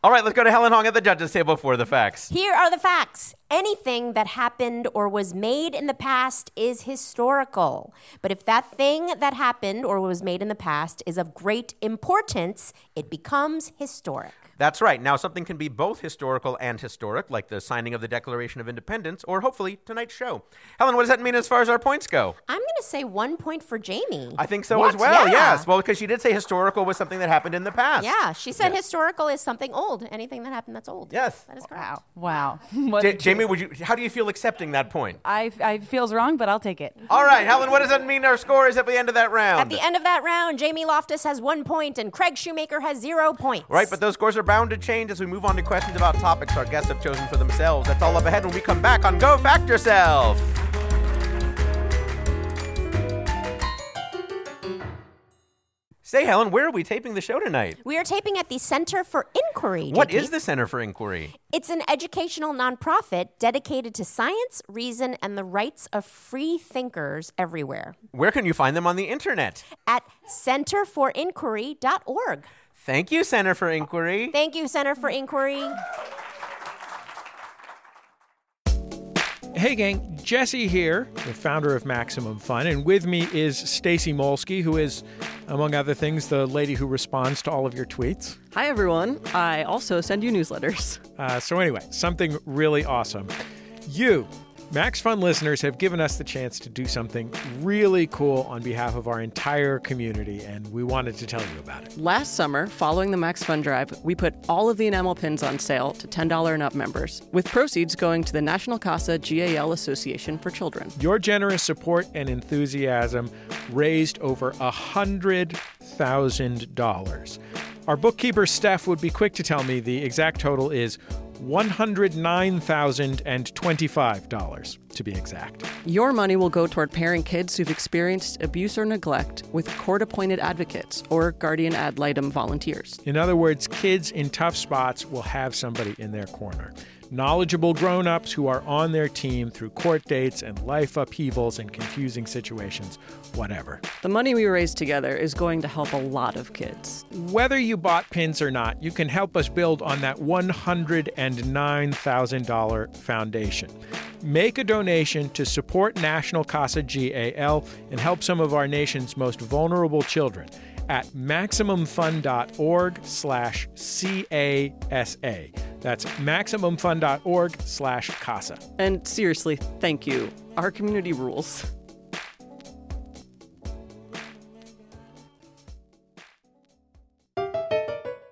[SPEAKER 2] All right, let's go to Helen Hong at the judges' table for the facts.
[SPEAKER 1] Here are the facts. Anything that happened or was made in the past is historical. But if that thing that happened or was made in the past is of great importance, it becomes historic.
[SPEAKER 2] That's right. Now, something can be both historical and historic, like the signing of the Declaration of Independence, or hopefully tonight's show. Helen, what does that mean as far as our points go?
[SPEAKER 1] I'm going to say one point for Jamie.
[SPEAKER 2] I think so
[SPEAKER 1] What?
[SPEAKER 2] as well.
[SPEAKER 1] Yeah.
[SPEAKER 2] Yes. Well, because she did say historical was something that happened in the past.
[SPEAKER 1] yeah, she said historical is something old. Anything that happened that's old.
[SPEAKER 2] Yes.
[SPEAKER 1] That is correct. Wow.
[SPEAKER 3] Wow.
[SPEAKER 2] Ja- Jamie, would you? How do you feel accepting that point?
[SPEAKER 3] I, I feels wrong, but I'll take it.
[SPEAKER 2] All right, Helen. What does that mean? Our score is at the end of that round.
[SPEAKER 1] At the end of that round, Jamie Loftus has one point and Craig Shoemaker has zero points.
[SPEAKER 2] Right, but those scores are bound to change as we move on to questions about topics our guests have chosen for themselves. That's all up ahead when we come back on Go Fact Yourself. Say, Helen, where are we taping the show tonight?
[SPEAKER 1] We are taping at the Center for Inquiry.
[SPEAKER 2] What
[SPEAKER 1] JP.
[SPEAKER 2] is the Center for Inquiry?
[SPEAKER 1] It's an educational nonprofit dedicated to science, reason, and the rights of free thinkers everywhere
[SPEAKER 2] Where can you find them on the internet?
[SPEAKER 1] at centerforinquiry.org.
[SPEAKER 2] Thank you, Center for Inquiry.
[SPEAKER 1] Thank you, Center for Inquiry.
[SPEAKER 5] Hey gang, Jesse here, the founder of Maximum Fun, and with me is Stacy Molsky, who is, among other things, the lady who responds to all of your tweets.
[SPEAKER 6] Hi, everyone. I also send you newsletters.
[SPEAKER 5] Uh, so anyway, something really awesome. You, Max Fun listeners have given us the chance to do something really cool on behalf of our entire community, and we wanted to tell you about it.
[SPEAKER 6] Last summer, following the Max Fun Drive, we put all of the enamel pins on sale to $10 and up members, with proceeds going to the National Casa GAL Association for Children.
[SPEAKER 5] Your generous support and enthusiasm raised over $100,000. Our bookkeeper, Steph, would be quick to tell me the exact total is $109,025, to be exact.
[SPEAKER 6] Your money will go toward pairing kids who've experienced abuse or neglect with court appointed advocates or guardian ad litem volunteers.
[SPEAKER 5] In other words, kids in tough spots will have somebody in their corner. Knowledgeable grown ups who are on their team through court dates and life upheavals and confusing situations, whatever.
[SPEAKER 6] The money we raise together is going to help a lot of kids.
[SPEAKER 5] Whether you bought pins or not, you can help us build on that $109,000 foundation. Make a donation to support National Casa GAL and help some of our nation's most vulnerable children at MaximumFund.org slash C-A-S-A. That's MaximumFund.org slash CASA.
[SPEAKER 6] And seriously, thank you. Our community rules.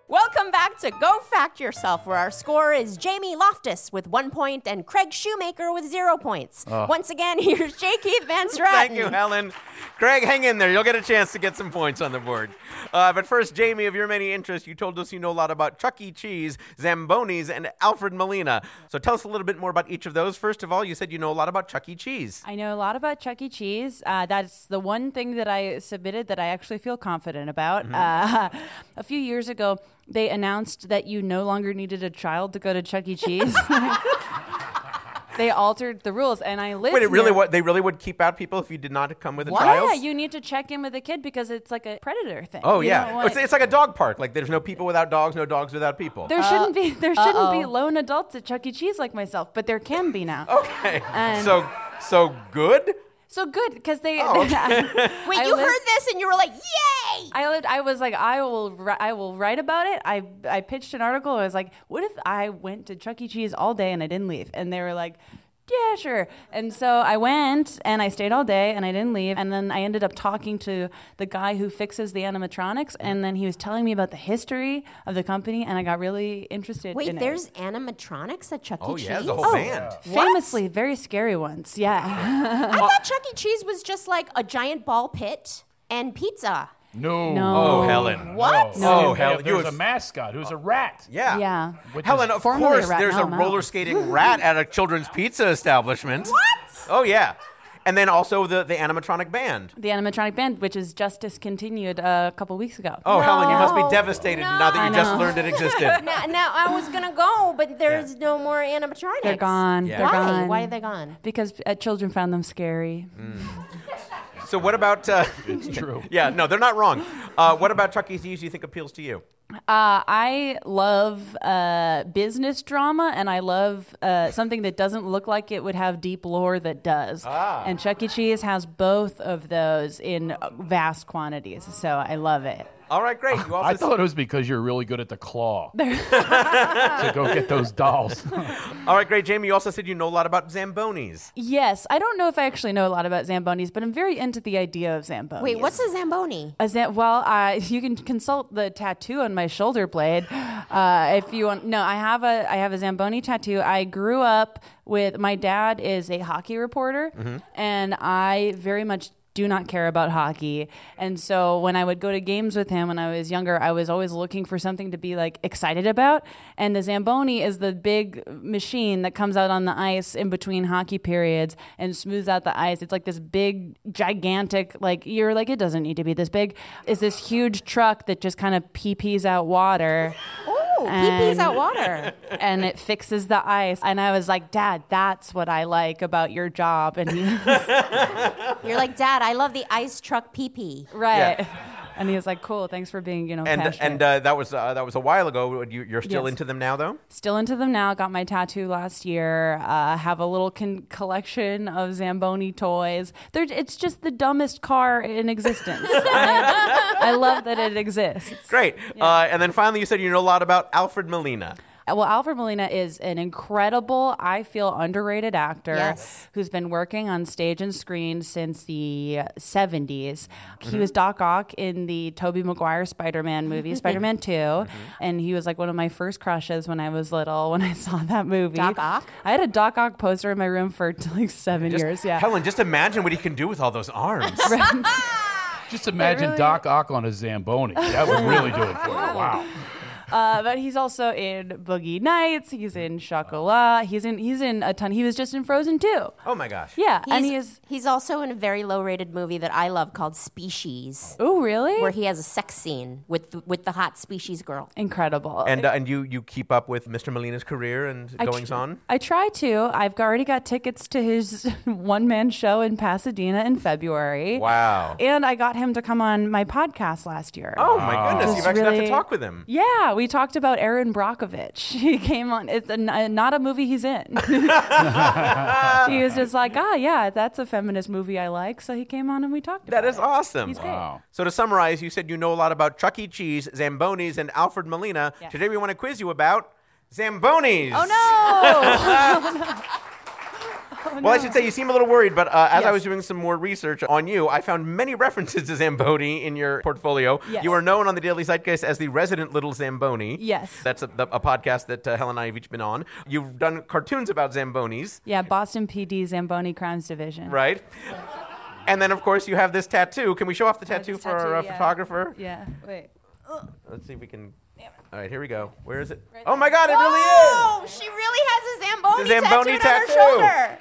[SPEAKER 1] Welcome back to Go Fact Yourself, where our score is Jamie Loftus with one point and Craig Shoemaker with zero points. Once again, here's J. Keith Van Straten.
[SPEAKER 2] Ah. Thank you, Helen. Craig, hang in there. You'll get a chance to get some points on the board. Uh, but first, Jamie, of your many interests, you told us you know a lot about Chuck E. Cheese, Zambonis, and Alfred Molina. So tell us a little bit more about each of those. First of all, you said you know a lot about Chuck E. Cheese.
[SPEAKER 3] I know a lot about Chuck E. Cheese. Uh, that's the one thing that I submitted that I actually feel confident about. Uh, a few years ago, they announced that you no longer needed a child to go to Chuck E. Cheese. they altered the rules, and I lived.
[SPEAKER 2] Wait, it really
[SPEAKER 3] near-
[SPEAKER 2] what they really would keep out people if you did not come with a
[SPEAKER 3] What?
[SPEAKER 2] child.
[SPEAKER 3] Yeah, you need to check in with the kid because it's like a predator thing.
[SPEAKER 2] Oh
[SPEAKER 3] You
[SPEAKER 2] yeah,
[SPEAKER 3] don't want-
[SPEAKER 2] it's, it's like a dog park. Like there's no people without dogs, no dogs without people.
[SPEAKER 3] there shouldn't be there shouldn't be lone adults at Chuck E. Cheese like myself, but there can be now.
[SPEAKER 2] Okay,
[SPEAKER 3] And-
[SPEAKER 2] so so good.
[SPEAKER 3] So good because they.
[SPEAKER 2] Oh,
[SPEAKER 1] Wait,
[SPEAKER 3] I
[SPEAKER 1] you
[SPEAKER 3] lived-
[SPEAKER 1] heard this and you were like, yay!
[SPEAKER 3] I lived, I was like, I will, ri- I will write about it. I, I pitched an article. I was like, what if I went to Chuck E. Cheese all day and I didn't leave? And they were like, yeah, sure. And so I went and I stayed all day and I didn't leave. And then I ended up talking to the guy who fixes the animatronics. And then he was telling me about the history of the company. And I got really interested in
[SPEAKER 1] Wait,
[SPEAKER 3] it.
[SPEAKER 1] there's animatronics at Chuck E.
[SPEAKER 2] Oh
[SPEAKER 1] Cheese?
[SPEAKER 2] yeah, there's a whole band.
[SPEAKER 3] Famously, very scary ones. Yeah.
[SPEAKER 1] I thought Chuck E. Cheese was just like a giant ball pit and pizza.
[SPEAKER 4] No.
[SPEAKER 3] No.
[SPEAKER 2] Oh Helen.
[SPEAKER 1] What?
[SPEAKER 2] Oh
[SPEAKER 4] Yeah,
[SPEAKER 2] Helen, you
[SPEAKER 4] There's a
[SPEAKER 2] have-
[SPEAKER 4] mascot who's a rat.
[SPEAKER 2] Yeah.
[SPEAKER 3] Yeah.
[SPEAKER 4] Which
[SPEAKER 2] Helen,
[SPEAKER 4] is
[SPEAKER 2] of
[SPEAKER 3] formerly a
[SPEAKER 2] course,
[SPEAKER 3] rat,
[SPEAKER 2] there's
[SPEAKER 3] now
[SPEAKER 2] a
[SPEAKER 3] a
[SPEAKER 2] roller
[SPEAKER 3] mouse.
[SPEAKER 2] skating rat at a children's pizza establishment. What? Oh yeah, and then also the the animatronic band.
[SPEAKER 3] The animatronic band, which is just discontinued a couple weeks ago.
[SPEAKER 2] Oh Helen, you must be
[SPEAKER 1] No.
[SPEAKER 2] devastated now that you
[SPEAKER 3] No.
[SPEAKER 2] just
[SPEAKER 3] I know.
[SPEAKER 2] learned it existed.
[SPEAKER 1] Now, now I was gonna go, but there's no more animatronics.
[SPEAKER 3] They're gone.
[SPEAKER 2] Yeah.
[SPEAKER 3] They're
[SPEAKER 1] Why?
[SPEAKER 3] gone.
[SPEAKER 1] Why are they gone?
[SPEAKER 3] Because uh, children found them scary.
[SPEAKER 2] Mm-hmm. Hmm. so what about? Uh,
[SPEAKER 4] It's true.
[SPEAKER 2] yeah, no, they're not wrong. Uh, what about Chuck E. Cheese? You think appeals to you?
[SPEAKER 3] Uh, I love uh, business drama, and I love uh, something that doesn't look like it would have deep lore that does.
[SPEAKER 2] Ah.
[SPEAKER 3] And Chuck E. Cheese has both of those in vast quantities, so I love it.
[SPEAKER 2] All right, great. You also
[SPEAKER 4] I thought it was because you're really good at the claw. to go get those dolls.
[SPEAKER 2] All right, great, Jamie. You also said you know a lot about Zambonis.
[SPEAKER 3] Yes, I don't know if I actually know a lot about Zambonis, but I'm very into the idea of
[SPEAKER 2] Oh,
[SPEAKER 3] Zambonis.
[SPEAKER 1] Wait, what's a Zamboni?
[SPEAKER 3] A zam- well, uh, you can consult the tattoo on my shoulder blade uh, if you want. No, I have a I have a Zamboni tattoo. I grew up with my dad is a hockey reporter, and I very much do not care about hockey. And so when I would go to games with him when I was younger, I was always looking for something to be like excited about. And the Zamboni is the big machine that comes out on the ice in between hockey periods and smooths out the ice. It's like this big, gigantic, like you're like, it doesn't need to be this big. Is this huge truck that just kind of pee pees out water
[SPEAKER 1] Oh, pee pees
[SPEAKER 3] And-
[SPEAKER 1] out water.
[SPEAKER 3] and it fixes the ice. And I was like, Dad, that's what I like about your job. And he
[SPEAKER 1] You're like, Dad, I love the ice truck pee pee.
[SPEAKER 3] right. And he was like, "Cool, thanks for being, you know,
[SPEAKER 2] And
[SPEAKER 3] passionate.
[SPEAKER 2] and uh, that was uh, that was a while ago. You, you're still
[SPEAKER 3] Yes.
[SPEAKER 2] into them now, though.
[SPEAKER 3] Still into them now. Got my tattoo last year. Uh, have a little con- collection of Zamboni toys. They're, it's just the dumbest car in existence. I, I love that it exists.
[SPEAKER 2] Great. Uh, and then finally, you said you know a lot about Alfred Molina.
[SPEAKER 3] Well, Alfred Molina is an incredible, I feel underrated actor
[SPEAKER 1] Yes.
[SPEAKER 3] who's been working on stage and screen since the 70s.
[SPEAKER 1] Mm-hmm.
[SPEAKER 3] He was Doc Ock in the Tobey Maguire Spider-Man movie, Spider-Man 2,
[SPEAKER 1] Mm-hmm.
[SPEAKER 3] and he was like one of my first crushes when I was little when I saw that movie.
[SPEAKER 1] Doc Ock?
[SPEAKER 3] I had a Doc Ock poster in my room for like 7
[SPEAKER 2] Just-
[SPEAKER 3] years, yeah.
[SPEAKER 2] Helen, just imagine what he can do with all those arms.
[SPEAKER 4] Just imagine
[SPEAKER 3] really-
[SPEAKER 4] Doc Ock on a Zamboni. That would really do it for you. Wow.
[SPEAKER 3] Uh, but he's also in Boogie Nights. He's in Chocolat. He's in he's in a ton. He was just in Frozen too.
[SPEAKER 2] oh my gosh.
[SPEAKER 3] Yeah,
[SPEAKER 1] He's,
[SPEAKER 3] and he is.
[SPEAKER 1] he's also in a very low rated movie that I love called Species,
[SPEAKER 3] Oh, really?
[SPEAKER 1] where he has a sex scene with the, with the hot species girl.
[SPEAKER 3] Incredible.
[SPEAKER 2] And, uh, and you, you keep up with Mr. Molina's career and
[SPEAKER 3] I tr-
[SPEAKER 2] goings on?
[SPEAKER 3] I try to. I've already got tickets to his one man show in Pasadena in February.
[SPEAKER 2] Wow.
[SPEAKER 3] And I got him to come on my podcast last year.
[SPEAKER 2] Oh my goodness,
[SPEAKER 3] Just
[SPEAKER 2] you've actually got to
[SPEAKER 3] really-
[SPEAKER 2] talk with him.
[SPEAKER 3] Yeah, we talked about Aaron Brockovich. He came on. It's a, not a movie he's in. he was just like, ah, yeah, that's a feminist movie I like. So he came on and we talked about
[SPEAKER 2] That is
[SPEAKER 3] it.
[SPEAKER 2] awesome.
[SPEAKER 3] He's great. Wow.
[SPEAKER 2] So to summarize, you said you know a lot about Chuck E. Cheese, Zambonis, and Alfred Molina.
[SPEAKER 3] Yes.
[SPEAKER 2] Today we want to quiz you about Zambonis. Oh
[SPEAKER 3] Oh,
[SPEAKER 2] Well, I should say you seem a little worried, but uh, as I
[SPEAKER 3] Yes.
[SPEAKER 2] was doing some more research on you, I found many references to Zamboni in your portfolio.
[SPEAKER 3] Yes.
[SPEAKER 2] You are known on the Daily Zeitgeist as the resident little Zamboni.
[SPEAKER 3] Yes.
[SPEAKER 2] That's a, the, a podcast that uh, Helen and I have each been on. You've done cartoons about Zambonis,
[SPEAKER 3] yeah, Boston PD Zamboni Crimes Division.
[SPEAKER 2] right? And then, of course, you have this tattoo. Can we show off the tattoo
[SPEAKER 3] this
[SPEAKER 2] for our
[SPEAKER 3] tattoo,
[SPEAKER 2] uh,
[SPEAKER 3] yeah.
[SPEAKER 2] photographer?
[SPEAKER 3] Yeah. Wait.
[SPEAKER 2] Let's see if we can. All right, here we go. Where is it? Oh my God, it really is!
[SPEAKER 1] Oh, she really has a Zamboni,
[SPEAKER 2] The Zamboni
[SPEAKER 1] tattooed on her shoulder.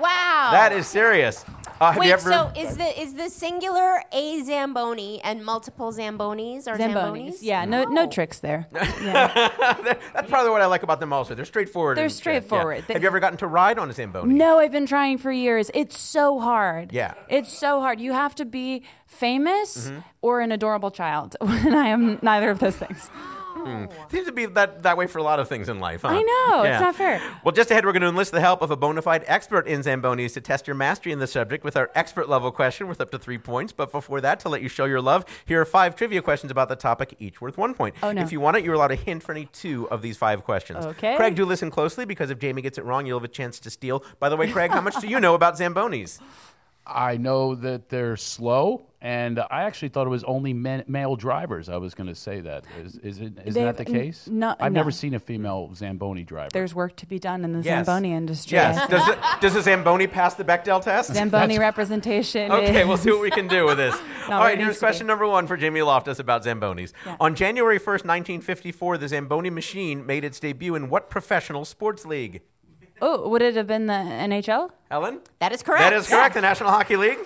[SPEAKER 1] Wow.
[SPEAKER 2] That is serious. Uh, have
[SPEAKER 1] Wait,
[SPEAKER 2] you ever?
[SPEAKER 1] so is the is the singular a Zamboni and multiple Zambonis are
[SPEAKER 3] Zambonis.
[SPEAKER 1] Zambonis?
[SPEAKER 3] Yeah, no, no tricks there. Yeah.
[SPEAKER 2] That's probably what I like about them also. They're straightforward.
[SPEAKER 3] They're
[SPEAKER 2] and straight, yeah.
[SPEAKER 3] straightforward. They-
[SPEAKER 2] Have you ever gotten to ride on a Zamboni?
[SPEAKER 3] no, I've been trying for years. It's so hard.
[SPEAKER 2] Yeah. Mm-hmm.
[SPEAKER 3] It's so hard. You have to be famous or an adorable child, and I am neither of those things.
[SPEAKER 2] Hmm. Seems to be that, that way for a lot of things in life, huh?
[SPEAKER 3] I know, it's not fair.
[SPEAKER 2] Well, just ahead, we're going to enlist the help of a bona fide expert in Zambonis to test your mastery in the subject with our expert level question worth up to three points. But before that, to let you show your love, here are five trivia questions about the topic, each worth one point.
[SPEAKER 3] Oh, no.
[SPEAKER 2] If you want it, you're allowed a hint for any two of these five questions.
[SPEAKER 3] Okay.
[SPEAKER 2] Craig, do listen closely because if Jamie gets it wrong, you'll have a chance to steal. By the way, Craig, how much do you know about Zambonis?
[SPEAKER 4] I know that they're slow, and I actually thought it was only men, male drivers. I was going to say that. Is, is it? Is
[SPEAKER 3] They-
[SPEAKER 4] that the case?
[SPEAKER 3] no,
[SPEAKER 4] I've
[SPEAKER 3] no.
[SPEAKER 4] never seen a female Zamboni driver.
[SPEAKER 3] There's work to be done in the
[SPEAKER 2] Yes.
[SPEAKER 3] Zamboni industry.
[SPEAKER 2] Yes. Does, it, does the Zamboni pass the Bechdel test?
[SPEAKER 3] Zamboni representation.
[SPEAKER 2] Okay,
[SPEAKER 3] is-
[SPEAKER 2] we'll see what we can do with this. All
[SPEAKER 3] where
[SPEAKER 2] right,
[SPEAKER 3] it
[SPEAKER 2] here's
[SPEAKER 3] needs to
[SPEAKER 2] question
[SPEAKER 3] be.
[SPEAKER 2] number one for Jamie Loftus about Zambonis. On January 1st, 1954, the Zamboni machine made its debut in what professional sports league?
[SPEAKER 3] Oh, would it have been the NHL?
[SPEAKER 2] Helen?
[SPEAKER 1] That is correct.
[SPEAKER 2] That is correct, the National Hockey League.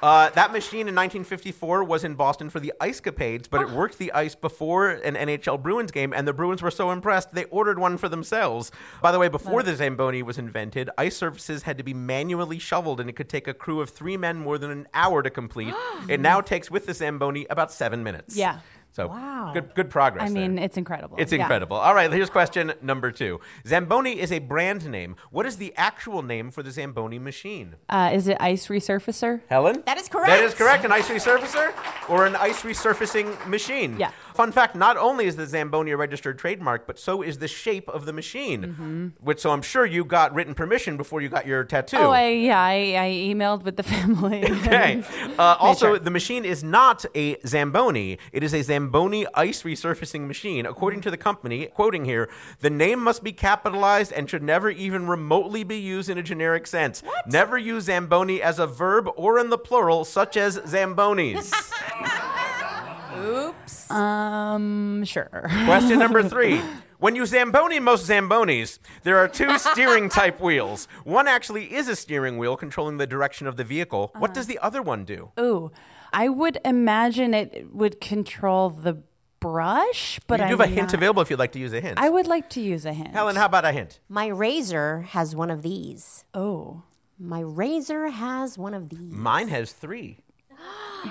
[SPEAKER 2] Uh, that machine in 1954 was in Boston for the Ice Capades, but
[SPEAKER 3] Oh.
[SPEAKER 2] it worked the ice before an NHL Bruins game, and the Bruins were so impressed they ordered one for themselves. By the way, before the Zamboni was invented, ice surfaces had to be manually shoveled, and it could take a crew of three men more than an hour to complete. it now takes with the Zamboni about seven minutes.
[SPEAKER 3] Yeah.
[SPEAKER 2] So
[SPEAKER 3] Wow.
[SPEAKER 2] good, good progress.
[SPEAKER 3] I
[SPEAKER 2] there.
[SPEAKER 3] mean, it's incredible.
[SPEAKER 2] It's
[SPEAKER 3] Yeah.
[SPEAKER 2] incredible. All right, here's question number two. Zamboni is a brand name. What is the actual name for the Zamboni machine?
[SPEAKER 3] Uh, is it Ice Resurfacer?
[SPEAKER 2] Helen?
[SPEAKER 1] That is correct.
[SPEAKER 2] That is correct. An ice resurfacer or an ice resurfacing machine.
[SPEAKER 3] Yeah.
[SPEAKER 2] Fun fact not only is the Zamboni a registered trademark, but so is the shape of the machine.
[SPEAKER 3] Mm-hmm.
[SPEAKER 2] Which, so I'm sure you got written permission before you got your tattoo.
[SPEAKER 3] Oh, I, yeah, I, I emailed with the family.
[SPEAKER 2] Okay. Uh, also,
[SPEAKER 3] sure.
[SPEAKER 2] the machine is not a Zamboni. It is a Zamboni ice resurfacing machine. According to the company, quoting here, the name must be capitalized and should never even remotely be used in a generic sense. Never use Zamboni as a verb or in the plural, such as Zambonis.
[SPEAKER 1] Oops.
[SPEAKER 3] um, sure.
[SPEAKER 2] Question number three. When you Zamboni most Zambonis, there are two steering type wheels. One actually is a steering wheel controlling the direction of the vehicle.
[SPEAKER 3] Uh-huh.
[SPEAKER 2] What does the other one do?
[SPEAKER 3] Ooh, I would imagine it would control the brush, but
[SPEAKER 2] you
[SPEAKER 3] I
[SPEAKER 2] do have a hint available if you'd like to use a hint.
[SPEAKER 3] I would like to use a hint.
[SPEAKER 2] Helen, how about a hint?
[SPEAKER 1] My razor has one of these.
[SPEAKER 3] oh,
[SPEAKER 1] My razor has one of these.
[SPEAKER 2] Mine has three.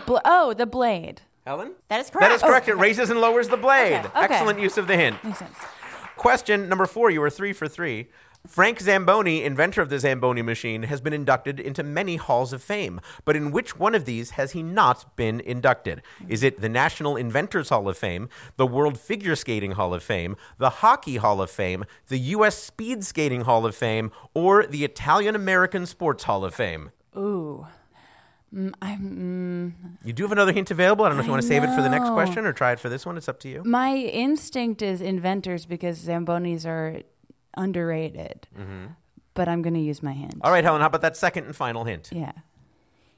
[SPEAKER 3] Bl- oh, the blade.
[SPEAKER 2] Helen?
[SPEAKER 1] That is correct.
[SPEAKER 2] That is correct. It raises and lowers the blade.
[SPEAKER 3] Okay, okay.
[SPEAKER 2] Excellent use of the hint.
[SPEAKER 3] Makes sense.
[SPEAKER 2] Question number four. You were three for three. Frank Zamboni, inventor of the Zamboni machine, has been inducted into many halls of fame. But in which one of these has he not been inducted? Is it the National Inventors Hall of Fame, the World Figure Skating Hall of Fame, the Hockey Hall of Fame, the U.S. Speed Skating Hall of Fame, or the Italian American Sports Hall of Fame?
[SPEAKER 3] Ooh. Mm, I'm, mm,
[SPEAKER 2] You do have another hint available. I don't know if you want to save it for the next question or try it for this one. It's up to you.
[SPEAKER 3] mm, my instinct is inventors because Zambonis are underrated.
[SPEAKER 4] Mm-hmm.
[SPEAKER 3] But I'm going to use my hand.
[SPEAKER 2] All right, Helen, how about that second and final hint?
[SPEAKER 3] Yeah.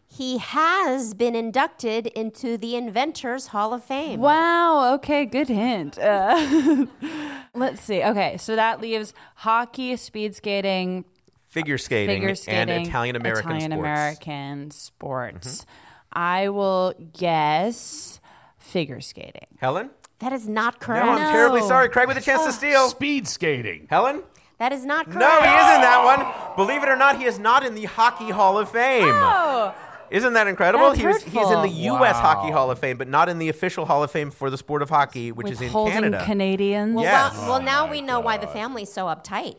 [SPEAKER 1] He has been inducted into the Inventors Hall of Fame.
[SPEAKER 3] Wow. Okay. Good hint. Uh, let's see. Okay. So that leaves hockey, speed skating,
[SPEAKER 2] Figure skating,
[SPEAKER 3] figure skating,
[SPEAKER 2] and Italian American sports. Mm-hmm.
[SPEAKER 3] Italian-American sports. I will guess figure skating.
[SPEAKER 2] Helen?
[SPEAKER 1] That is not
[SPEAKER 2] No,
[SPEAKER 1] correct. Oh.
[SPEAKER 2] I'm terribly sorry. Craig with a chance
[SPEAKER 3] Ah.
[SPEAKER 2] to steal.
[SPEAKER 4] Speed skating.
[SPEAKER 2] Helen?
[SPEAKER 1] That is not correct.
[SPEAKER 2] No, he is in that one. Believe it or not, he is not in the Hockey Hall of Fame.
[SPEAKER 3] Oh,
[SPEAKER 2] Isn't that incredible?
[SPEAKER 3] That's
[SPEAKER 2] he was, he's in the
[SPEAKER 3] hurtful.
[SPEAKER 2] U.S. Hockey Hall of Fame, but not in the official Hall of Fame for the sport of hockey, which is in
[SPEAKER 3] holding
[SPEAKER 2] Canada.
[SPEAKER 3] Canadians.
[SPEAKER 1] Well,
[SPEAKER 2] Yes.
[SPEAKER 1] well, well, now we know why the family's so uptight.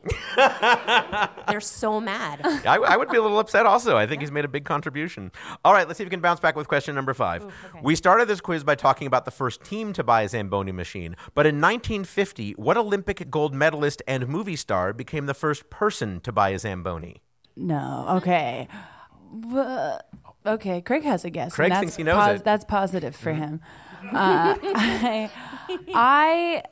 [SPEAKER 1] They're so mad.
[SPEAKER 2] I, I would be a little upset also. I think he's made a big contribution. All right, let's see if we can bounce back with question number five. We started this quiz by talking about the first team to buy a Zamboni machine, but in 1950, what Olympic gold medalist and movie star became the first person to buy a Zamboni?
[SPEAKER 3] No. Okay. Wha- Okay. Craig has a guess.
[SPEAKER 2] Craig
[SPEAKER 3] and that's
[SPEAKER 2] thinks he knows it. Mm-hmm.
[SPEAKER 3] That's positive for him. Uh, I, I,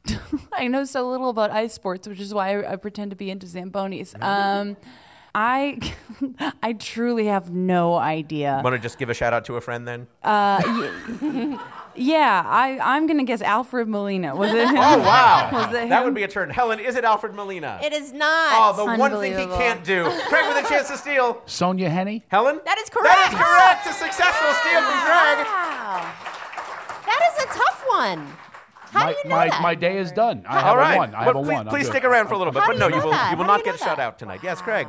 [SPEAKER 3] I know so little about ice sports, which is why I, I pretend to be into zambonis. Um, I, I truly have no
[SPEAKER 1] Uh,
[SPEAKER 3] idea. Uh,
[SPEAKER 2] Want to just give a shout out to a friend then?
[SPEAKER 3] Yeah, I, I'm gonna guess Alfred Molina. Was it him?
[SPEAKER 2] Oh wow,
[SPEAKER 3] Was
[SPEAKER 2] that
[SPEAKER 3] it him?
[SPEAKER 2] would be a turn. Helen, is it Alfred Molina?
[SPEAKER 1] It is not.
[SPEAKER 2] oh, the one thing he
[SPEAKER 3] Unbelievable.
[SPEAKER 2] can't do. Craig with a chance to steal.
[SPEAKER 4] Sonia Henny.
[SPEAKER 2] Helen,
[SPEAKER 1] That is
[SPEAKER 2] That is
[SPEAKER 1] correct.
[SPEAKER 2] correct. A successful steal from Craig.
[SPEAKER 1] Wow. That is a tough one. How
[SPEAKER 4] my,
[SPEAKER 1] do you know
[SPEAKER 4] my,
[SPEAKER 1] that?
[SPEAKER 4] my day is done. I
[SPEAKER 2] All
[SPEAKER 4] have
[SPEAKER 2] right.
[SPEAKER 4] a one. I
[SPEAKER 2] Well,
[SPEAKER 4] have a
[SPEAKER 2] please,
[SPEAKER 4] one. I'm
[SPEAKER 2] Please
[SPEAKER 4] good.
[SPEAKER 2] stick around for a little bit,
[SPEAKER 1] How
[SPEAKER 2] but
[SPEAKER 1] do
[SPEAKER 2] no,
[SPEAKER 1] you
[SPEAKER 2] you
[SPEAKER 1] know
[SPEAKER 2] will
[SPEAKER 1] that?
[SPEAKER 2] you will
[SPEAKER 1] How
[SPEAKER 2] not
[SPEAKER 1] do you
[SPEAKER 2] get
[SPEAKER 1] know
[SPEAKER 2] shut
[SPEAKER 1] that?
[SPEAKER 2] out tonight. Yes, Craig.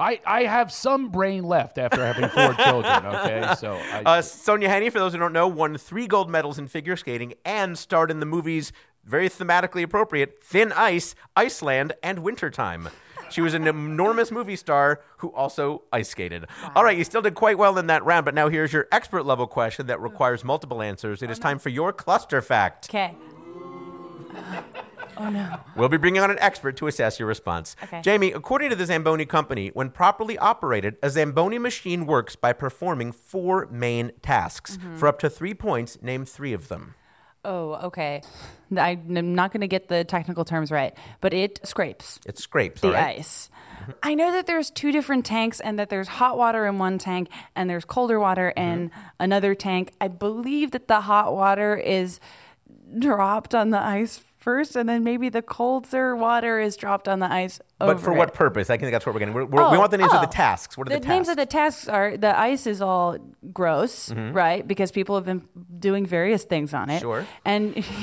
[SPEAKER 4] I, I have some brain left after having four children. Okay, so I,
[SPEAKER 2] Uh, Sonia Haney, for those who don't know, won three gold medals in figure skating and starred in the movies very thematically appropriate Thin Ice, Iceland, and Wintertime. She was an enormous movie star who also ice skated. All right, you still did quite well in that round, but now here's your expert level question that requires multiple answers. It is time for your cluster fact.
[SPEAKER 3] Okay. Oh,
[SPEAKER 2] We'll be bringing on an expert to assess your response.
[SPEAKER 3] Okay.
[SPEAKER 2] Jamie, according to the Zamboni Company, when properly operated, a Zamboni machine works by performing four main tasks.
[SPEAKER 3] Mm-hmm.
[SPEAKER 2] For up to three points, name three of them.
[SPEAKER 3] Oh, okay. I'm not gonna get the technical terms right, but it scrapes
[SPEAKER 2] It scrapes,
[SPEAKER 3] the
[SPEAKER 2] all right?
[SPEAKER 3] ice. I know that there's two different tanks, and that there's hot water in one tank, and there's colder water
[SPEAKER 2] Mm-hmm.
[SPEAKER 3] in another tank. I believe that the hot water is dropped on the ice first, and then maybe the colder water is dropped on the ice.
[SPEAKER 2] But for
[SPEAKER 3] over
[SPEAKER 2] what
[SPEAKER 3] it.
[SPEAKER 2] purpose? I think that's what we're getting. We're, we're, we
[SPEAKER 3] Oh,
[SPEAKER 2] want the names of
[SPEAKER 3] oh.
[SPEAKER 2] the tasks. What are the,
[SPEAKER 3] the,
[SPEAKER 2] tasks? Mm-hmm.
[SPEAKER 3] names of the tasks are the ice is all gross, right? Because people have been doing various things on it.
[SPEAKER 2] Sure.
[SPEAKER 3] And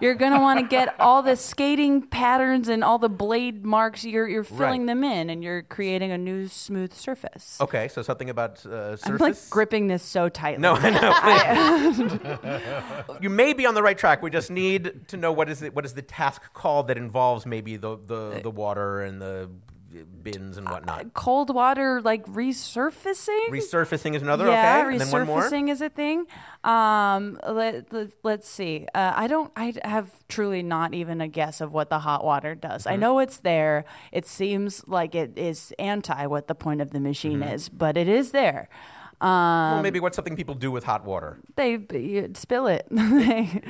[SPEAKER 3] you're going to want to get all the skating patterns and all the blade marks. You're, you're filling
[SPEAKER 2] Right.
[SPEAKER 3] them in and you're creating a new smooth surface.
[SPEAKER 2] okay, so something about uh, surface.
[SPEAKER 3] I'm like gripping this so tightly.
[SPEAKER 2] no, I know. you may be on the right track. We just need to know what is the, what is the task called that involves maybe the,
[SPEAKER 3] Uh,
[SPEAKER 2] the, the water and the bins and whatnot.
[SPEAKER 3] Cold water, like resurfacing?
[SPEAKER 2] Resurfacing is another.
[SPEAKER 3] yeah,
[SPEAKER 2] okay, and then one more.
[SPEAKER 3] resurfacing is a thing. Um, let, let, us see. Uh, I don't. I have truly not even a guess of what the hot water does.
[SPEAKER 2] Mm-hmm.
[SPEAKER 3] I know it's there. It seems like it is anti what the point of the machine is, but it is there. Um,
[SPEAKER 2] Mm-hmm. Well, maybe what's something people do with hot water?
[SPEAKER 3] they you spill it. they,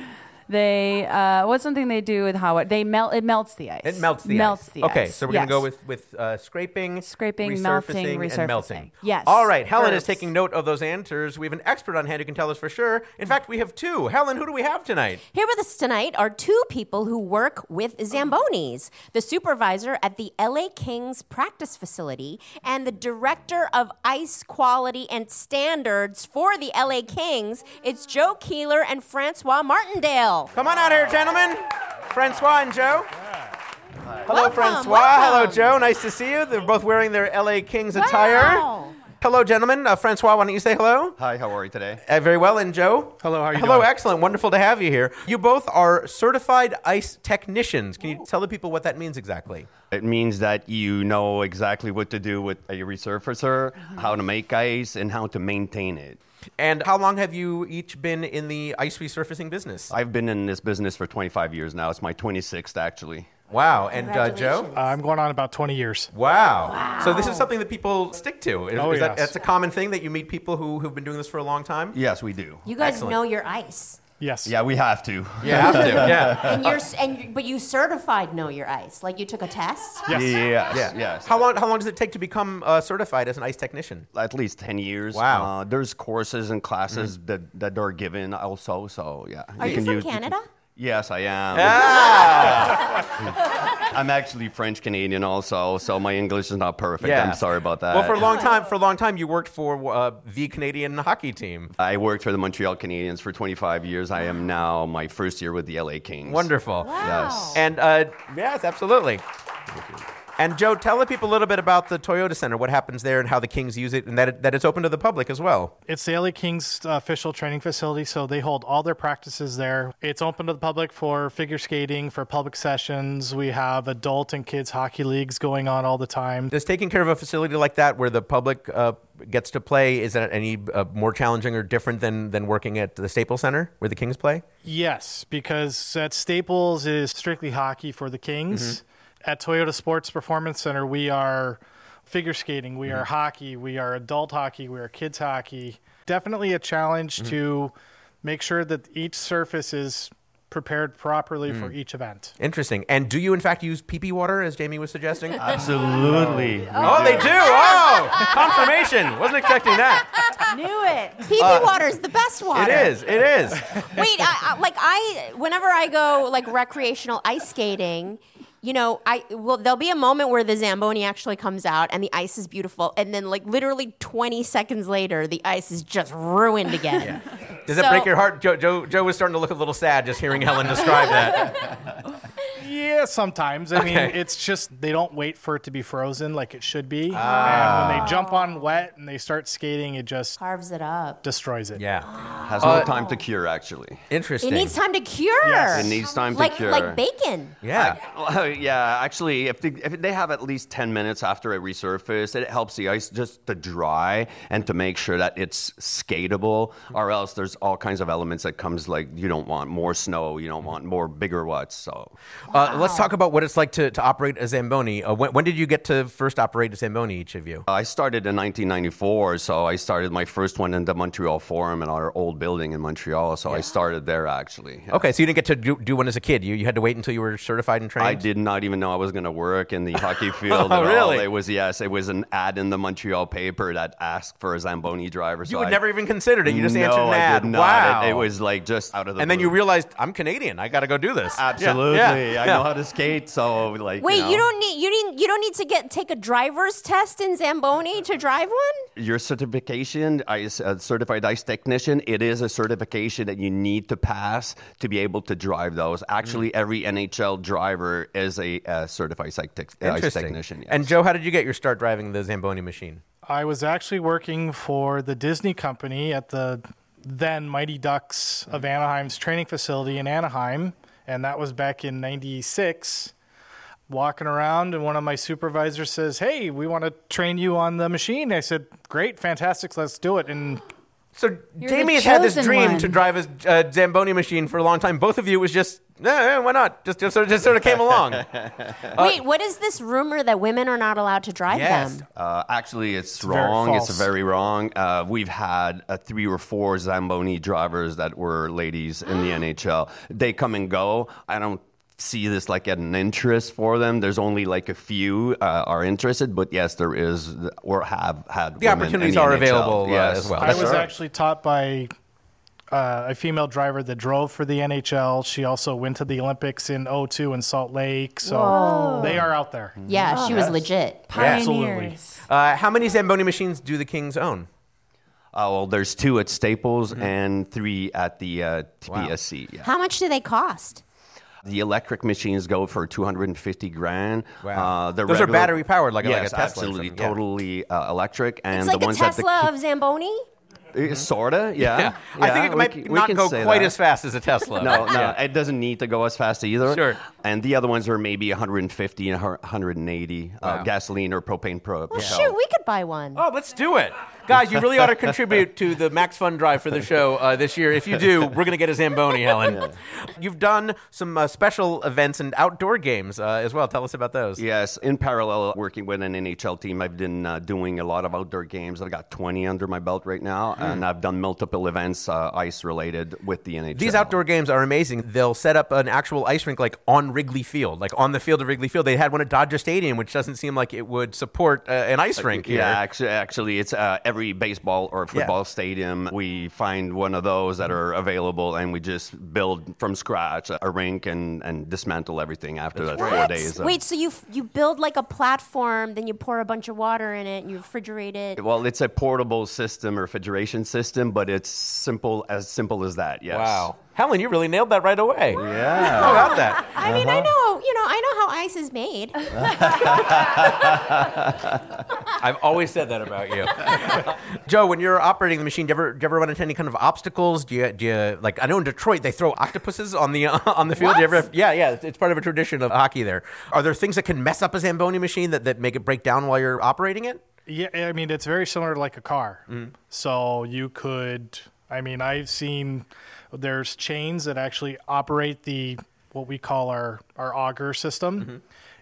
[SPEAKER 3] they uh, what's something they do with hot water? They melt. It melts the ice.
[SPEAKER 2] It melts the
[SPEAKER 3] melts
[SPEAKER 2] ice.
[SPEAKER 3] the
[SPEAKER 2] okay,
[SPEAKER 3] ice.
[SPEAKER 2] so we're gonna go
[SPEAKER 3] Yes.
[SPEAKER 2] with with uh, scraping,
[SPEAKER 3] Scraping,
[SPEAKER 2] resurfacing,
[SPEAKER 3] melting,
[SPEAKER 2] and
[SPEAKER 3] resurfacing.
[SPEAKER 2] melting.
[SPEAKER 3] Yes.
[SPEAKER 2] All right, Helen is
[SPEAKER 3] Verbs.
[SPEAKER 2] taking note of those answers. We have an expert on hand who can tell us for sure. In fact, we have two. Helen, who do we have tonight?
[SPEAKER 1] Here with us tonight are two people who work with Zambonis the supervisor at the LA Kings practice facility and the director of ice quality and standards for the LA Kings. It's Joe Keeler and Francois Martindale.
[SPEAKER 2] Come on out here, gentlemen. Francois and Joe. Hello,
[SPEAKER 1] Welcome,
[SPEAKER 2] Francois.
[SPEAKER 1] welcome.
[SPEAKER 2] Hello, Joe. Nice to see you. They're both wearing their LA Kings attire. Hello, gentlemen. Uh, Francois, why don't you say hello?
[SPEAKER 7] Hi, how are you today?
[SPEAKER 2] Uh, very well. And Joe?
[SPEAKER 8] Hello, how are you
[SPEAKER 2] Hello,
[SPEAKER 8] doing?
[SPEAKER 2] excellent. Wonderful to have you here. You both are certified ice technicians. Can you tell the people what that means exactly?
[SPEAKER 7] It means that you know exactly what to do with a resurfacer, how to make ice, and how to maintain it.
[SPEAKER 2] And how long have you each been in the ice resurfacing business?
[SPEAKER 7] I've been in this business for 25 years now. It's my 26th, actually.
[SPEAKER 2] Wow. And uh, Joe?
[SPEAKER 8] Uh, I'm going on about 20 years.
[SPEAKER 2] Wow. So this is something that people stick to. Is,
[SPEAKER 8] Oh,
[SPEAKER 2] is that-
[SPEAKER 8] yes.
[SPEAKER 2] That's a common thing that you meet people who, who've been doing this for a long time?
[SPEAKER 7] Yes, we do.
[SPEAKER 1] You guys
[SPEAKER 2] Excellent.
[SPEAKER 1] know your ice.
[SPEAKER 8] Yes.
[SPEAKER 7] Yeah, we have to.
[SPEAKER 2] You have to, yeah.
[SPEAKER 1] And you're s- and you- but you certified know your ice. Like you took a test.
[SPEAKER 8] Yes.
[SPEAKER 7] Yes,
[SPEAKER 2] Yeah.
[SPEAKER 7] yes.
[SPEAKER 2] How long? How long does it take to become uh, certified as an ice technician?
[SPEAKER 7] At least 10 years.
[SPEAKER 2] Wow. Mm.
[SPEAKER 7] Uh, there's courses and classes that, that are given also. So, yeah.
[SPEAKER 1] Are you, from
[SPEAKER 7] use-
[SPEAKER 1] Canada?
[SPEAKER 7] Yes, I am.
[SPEAKER 2] Ah!
[SPEAKER 7] I'm actually French Canadian also, so my English is not perfect. I'm sorry about that.
[SPEAKER 2] Well, for a long time, for a long time, you worked for uh, the Canadian hockey team.
[SPEAKER 7] I worked for the Montreal Canadiens for 25 years. I am now my first year with the LA Kings.
[SPEAKER 2] Wonderful.
[SPEAKER 1] Wow.
[SPEAKER 2] And uh, yes, absolutely. And Joe, tell the people a little bit about the Toyota Center, what happens there, and how the Kings use it, and that, it, that it's open to the public as well.
[SPEAKER 8] It's the LA Kings uh, official training facility, so they hold all their practices there. It's open to the public for figure skating, for public sessions. We have adult and kids hockey leagues going on all the time.
[SPEAKER 2] Does taking care of a facility like that, where the public uh, gets to play, is that any uh, more challenging or different than than working at the Staples Center, where the Kings play?
[SPEAKER 8] Yes, because at Staples is strictly hockey for the Kings.
[SPEAKER 2] Mm-hmm.
[SPEAKER 8] At Toyota Sports Performance Center, we are figure skating, we are
[SPEAKER 2] Mm-hmm.
[SPEAKER 8] hockey, we are adult hockey, we are kids hockey. Definitely a challenge
[SPEAKER 2] Mm-hmm.
[SPEAKER 8] to make sure that each surface is prepared properly for
[SPEAKER 2] Mm.
[SPEAKER 8] each event.
[SPEAKER 2] Interesting. And do you in fact use pee pee water, as Jamie was suggesting?
[SPEAKER 7] Absolutely.
[SPEAKER 2] Oh, they do. Oh, confirmation. Wasn't expecting that.
[SPEAKER 3] Knew it.
[SPEAKER 1] PP water's the best
[SPEAKER 2] It
[SPEAKER 1] water.
[SPEAKER 2] is. It is.
[SPEAKER 1] Wait, I, I, like I, whenever I go like recreational ice skating, you know, I well, there'll be a moment where the zamboni actually comes out and the ice is beautiful, and then like literally 20 seconds later, the ice is just ruined again.
[SPEAKER 2] Does it
[SPEAKER 1] So-
[SPEAKER 2] break your heart? Joe, Joe, Joe was starting to look a little sad just hearing Helen describe that.
[SPEAKER 8] Yeah, sometimes. I mean,
[SPEAKER 2] Okay.
[SPEAKER 8] it's just they don't wait for it to be frozen like it should be. And when
[SPEAKER 2] Ah.
[SPEAKER 8] they jump on wet and they start skating, it just
[SPEAKER 1] Carves it up.
[SPEAKER 8] destroys it.
[SPEAKER 2] Yeah. Uh,
[SPEAKER 7] Has no time to cure, actually.
[SPEAKER 2] Interesting.
[SPEAKER 1] It needs time to cure.
[SPEAKER 8] Yes.
[SPEAKER 7] It needs time to
[SPEAKER 1] like
[SPEAKER 7] cure.
[SPEAKER 1] like bacon.
[SPEAKER 2] yeah.
[SPEAKER 7] yeah, actually, if they, if they have at least 10 minutes after it resurfaced, it helps the ice just to dry and to make sure that it's skateable, or else there's all kinds of elements that comes like you don't want more snow, you don't want more bigger what's. So
[SPEAKER 2] Uh, let's talk about what it's like to, to operate a Zamboni. Uh, when, when did you get to first operate a Zamboni, each of you?
[SPEAKER 7] I started in 1994, so I started my first one in the Montreal Forum in our old building in Montreal. So I started there actually.
[SPEAKER 2] Okay, so you didn't get to do, do one as a kid. You, you had to wait until you were certified and trained?
[SPEAKER 7] I did not even know I was going to work in the hockey field.
[SPEAKER 2] Oh,
[SPEAKER 7] at
[SPEAKER 2] really?
[SPEAKER 7] All. It was yes, it was an ad in the Montreal paper that asked for a Zamboni driver.
[SPEAKER 2] You
[SPEAKER 7] so
[SPEAKER 2] would
[SPEAKER 7] I-
[SPEAKER 2] never even considered it. You just
[SPEAKER 7] no,
[SPEAKER 2] answered an
[SPEAKER 7] I
[SPEAKER 2] ad.
[SPEAKER 7] Did not.
[SPEAKER 2] Wow.
[SPEAKER 7] It, it was like just out of the.
[SPEAKER 2] and then
[SPEAKER 7] blue.
[SPEAKER 2] you realized, I'm Canadian. I got to go do this. Yeah,
[SPEAKER 7] Absolutely,
[SPEAKER 2] yeah,
[SPEAKER 7] I
[SPEAKER 2] yeah.
[SPEAKER 7] know how to skate, so like.
[SPEAKER 1] Wait,
[SPEAKER 7] you,
[SPEAKER 1] you,
[SPEAKER 7] know,
[SPEAKER 1] don't need you need you don't need to get take a driver's test in Zamboni to drive one.
[SPEAKER 7] your certification, ice, uh, certified ice technician, it is a certification that you need to pass to be able to drive those. Actually,
[SPEAKER 2] Mm.
[SPEAKER 7] every NHL driver is a uh, certified psych tech, ice
[SPEAKER 2] Interesting.
[SPEAKER 7] technician. yes.
[SPEAKER 2] And Joe, how did you get your start driving the Zamboni machine?
[SPEAKER 8] I was actually working for the Disney company at the then Mighty Ducks
[SPEAKER 2] Hmm.
[SPEAKER 8] of Anaheim's training facility in Anaheim, and that was back in 96. Walking around, and one of my supervisors says, Hey, we want to train you on the machine. I said, Great, fantastic, let's do it. And
[SPEAKER 2] So
[SPEAKER 3] the
[SPEAKER 2] Jamie has had this
[SPEAKER 3] chosen
[SPEAKER 2] dream
[SPEAKER 3] one.
[SPEAKER 2] to drive a uh, Zamboni machine for a long time. Both of you was just, eh, eh, why not? Just, just, sort of, just sort of came along. Uh,
[SPEAKER 1] Wait, what is this rumor that women are not allowed to drive
[SPEAKER 2] Yes.
[SPEAKER 1] them?
[SPEAKER 7] Uh, actually, it's,
[SPEAKER 8] very
[SPEAKER 7] wrong.
[SPEAKER 8] false.
[SPEAKER 7] it's very wrong. Uh, we've had uh, three or four Zamboni drivers that were ladies in the NHL. They come and go. I don't see this like an interest for them. There's only like a few uh, are interested, but yes, there is or have had women
[SPEAKER 2] The
[SPEAKER 7] in
[SPEAKER 2] opportunities
[SPEAKER 7] the
[SPEAKER 2] are
[SPEAKER 7] NHL.
[SPEAKER 2] available, uh,
[SPEAKER 7] Yes.
[SPEAKER 2] as well.
[SPEAKER 8] I
[SPEAKER 2] That's
[SPEAKER 8] was
[SPEAKER 2] right.
[SPEAKER 8] actually taught by uh, a female driver that drove for the NHL. She also went to the Olympics in 02 in Salt Lake. So they are out there.
[SPEAKER 1] Yeah, she was legit.
[SPEAKER 8] Absolutely.
[SPEAKER 2] Uh, how many Zamboni machines do the Kings own?
[SPEAKER 7] Oh well, there's two
[SPEAKER 2] Mm-hmm.
[SPEAKER 7] uh, at Staples and three at the uh, TPSC. Yeah.
[SPEAKER 1] How much do they cost?
[SPEAKER 7] The electric machines go for 250 grand.
[SPEAKER 2] Wow.
[SPEAKER 7] Uh, the
[SPEAKER 2] Those are
[SPEAKER 7] regular-
[SPEAKER 2] battery-powered, like a- like a
[SPEAKER 7] yes,
[SPEAKER 2] Tesla or
[SPEAKER 7] absolutely,
[SPEAKER 2] something, yeah.
[SPEAKER 7] totally uh, electric. And
[SPEAKER 1] It's
[SPEAKER 7] the
[SPEAKER 1] like the
[SPEAKER 7] ones
[SPEAKER 1] Tesla
[SPEAKER 7] that
[SPEAKER 1] of Zamboni.
[SPEAKER 7] the, sorta, yeah.
[SPEAKER 2] Mm-hmm. I think
[SPEAKER 7] Yeah,
[SPEAKER 2] it might
[SPEAKER 7] we, c- we
[SPEAKER 2] not
[SPEAKER 7] can
[SPEAKER 2] go
[SPEAKER 7] say
[SPEAKER 2] quite
[SPEAKER 7] that.
[SPEAKER 2] as fast as a Tesla.
[SPEAKER 7] No, no, it doesn't need to go as fast either.
[SPEAKER 2] Sure.
[SPEAKER 7] And the other ones are maybe 150 and 180 uh,
[SPEAKER 2] Wow.
[SPEAKER 7] gasoline or propane pro-
[SPEAKER 1] Well,
[SPEAKER 7] propelled.
[SPEAKER 1] shoot, we could buy one.
[SPEAKER 2] Oh, let's do it. Guys, you really ought to contribute to the Max Fund Drive for the show uh, this year. If you do, we're going to get a Zamboni, Helen. You've done some uh, special events and outdoor games uh, as well. Tell us about those.
[SPEAKER 7] Yes, in parallel, working with an NHL team, I've been uh, doing a lot of outdoor games. I've got 20 under my belt right
[SPEAKER 2] Hmm.
[SPEAKER 7] now, and I've done multiple events uh, ice related with the NHL.
[SPEAKER 2] These outdoor games are amazing. They'll set up an actual ice rink like on Wrigley Field, like on the field of Wrigley Field. They had one at Dodger Stadium, which doesn't seem like it would support uh, an ice rink here.
[SPEAKER 7] Yeah, actually, actually, it's uh, every baseball or football stadium. We find one of those
[SPEAKER 2] Hmm.
[SPEAKER 7] that are available, and we just build from scratch a rink and, and dismantle everything after that four
[SPEAKER 1] What?
[SPEAKER 7] days. of-
[SPEAKER 1] Wait, so you you build like a platform, then you pour a bunch of water in it, and you refrigerate it.
[SPEAKER 7] Well, it's a portable system, refrigeration system, but it's simple as simple as that. Yes.
[SPEAKER 2] Wow. Helen, you really nailed that right away. Oh,
[SPEAKER 7] Yeah.
[SPEAKER 2] How about that?
[SPEAKER 1] I mean,
[SPEAKER 7] Uh-huh.
[SPEAKER 1] I know you know I know how ice is made.
[SPEAKER 7] Uh-huh.
[SPEAKER 2] I've always said that about you, Joe. When you're operating the machine, do you ever, do you ever run into any kind of obstacles? Do you, do you like? I know in Detroit they throw octopuses on the on the field. Do you ever, yeah, yeah, it's- it's part of a tradition of hockey. There are there things that can mess up a zamboni machine that, that make it break down while you're operating it. Mm-hmm.
[SPEAKER 8] Yeah, I mean it's very similar to like a car. So you could I mean I've seen there's chains that actually operate the what we call our our auger system.
[SPEAKER 2] Mm-hmm.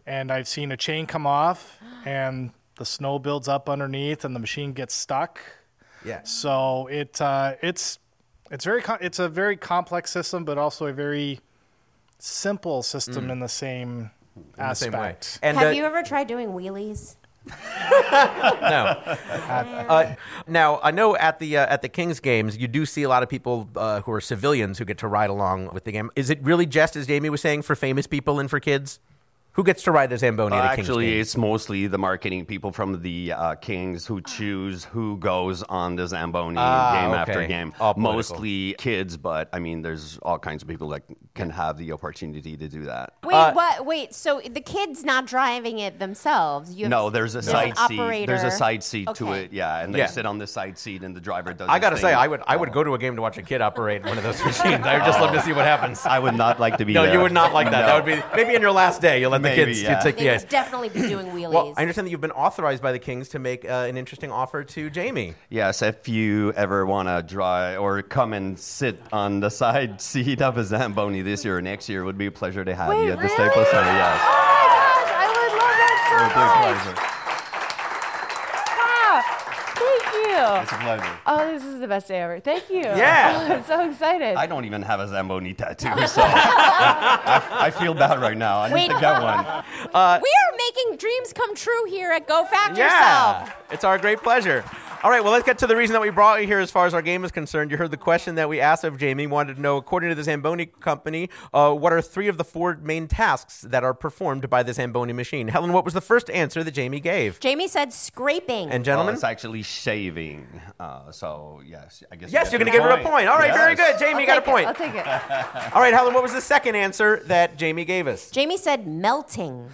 [SPEAKER 8] And I've seen a chain come off and the snow builds up underneath and the machine gets stuck.
[SPEAKER 2] Yes.
[SPEAKER 8] So it uh, it's it's very com- it's a very complex system but also a very simple system in the same aspect.
[SPEAKER 2] Mm. Same way. And
[SPEAKER 1] Have
[SPEAKER 2] uh,
[SPEAKER 1] you ever tried doing wheelies?
[SPEAKER 2] Uh, now I know at the uh, at the Kings games you do see a lot of people uh, who are civilians who get to ride along with the game. Is it really just as Jamie was saying for famous people and for kids? Who gets to ride a zamboni? at a Kings
[SPEAKER 7] Actually,
[SPEAKER 2] game?
[SPEAKER 7] it's mostly the marketing people from the uh, Kings who choose who goes on the Zamboni game after
[SPEAKER 2] Ah, okay.
[SPEAKER 7] game.
[SPEAKER 2] All political.
[SPEAKER 7] Mostly kids, but I mean, there's all kinds of people that can have the opportunity to do that. Uh,
[SPEAKER 1] Wait, what? Wait, so the kid's not driving it themselves? You have
[SPEAKER 7] No, there's a
[SPEAKER 1] an
[SPEAKER 7] side seat. There's
[SPEAKER 1] operator.
[SPEAKER 7] a side seat to
[SPEAKER 1] Okay.
[SPEAKER 7] it, yeah, and they
[SPEAKER 2] Yeah.
[SPEAKER 7] sit on the side seat, and the driver does.
[SPEAKER 2] I
[SPEAKER 7] his
[SPEAKER 2] gotta say,
[SPEAKER 7] thing.
[SPEAKER 2] I would I would go to a game to watch a kid operate one of those machines. I would just love to see what happens.
[SPEAKER 7] I would not like to be.
[SPEAKER 2] No,
[SPEAKER 7] there.
[SPEAKER 2] you would not like that.
[SPEAKER 7] No.
[SPEAKER 2] That would be maybe in your last day. You'll let the
[SPEAKER 7] Maybe,
[SPEAKER 2] kids
[SPEAKER 7] yeah.
[SPEAKER 2] take
[SPEAKER 1] They
[SPEAKER 2] the
[SPEAKER 1] would
[SPEAKER 2] ice.
[SPEAKER 1] definitely be doing wheelies.
[SPEAKER 2] Well, I understand that you've been authorized by the Kings to make uh, an interesting offer to Jamie.
[SPEAKER 7] Yes, if you ever want to draw or come and sit on the side seat of a Zamboni this year or next year, it would be a pleasure to have
[SPEAKER 3] Wait,
[SPEAKER 7] you at the
[SPEAKER 3] really?
[SPEAKER 7] Staples Center. Yes.
[SPEAKER 3] Oh my gosh, I would love
[SPEAKER 7] It would be a
[SPEAKER 3] that so much.
[SPEAKER 7] pleasure.
[SPEAKER 3] Wow. Ah, Thank you.
[SPEAKER 7] It's a pleasure.
[SPEAKER 3] Oh, this is the best day ever. Thank you.
[SPEAKER 2] Yeah.
[SPEAKER 3] Oh, I'm so excited.
[SPEAKER 7] I don't even have a Zamboni tattoo, so I, I feel bad right now. I
[SPEAKER 1] Wait.
[SPEAKER 7] need to get one. Uh,
[SPEAKER 1] we are making dreams come true here at Go Fact Yourself.
[SPEAKER 2] it's our great pleasure. All right, well, let's get to the reason that we brought you here as far as our game is concerned. You heard the question that we asked of Jamie, wanted to know, according to the Zamboni company, uh, what are three of the four main tasks that are performed by the Zamboni machine? Helen, what was the first answer that Jamie gave?
[SPEAKER 1] Jamie said scraping.
[SPEAKER 2] And
[SPEAKER 7] Well,
[SPEAKER 2] gentlemen?
[SPEAKER 7] it's actually shaving. Uh, so, yes, I guess.
[SPEAKER 2] Yes,
[SPEAKER 7] you
[SPEAKER 2] you're going to
[SPEAKER 7] get
[SPEAKER 2] give her a point. All right,
[SPEAKER 7] Yes.
[SPEAKER 2] very good. Jamie, you got a
[SPEAKER 3] Take it.
[SPEAKER 2] point.
[SPEAKER 3] I'll take it.
[SPEAKER 2] All right, Helen, what was the second answer that Jamie gave us?
[SPEAKER 1] Jamie said melting.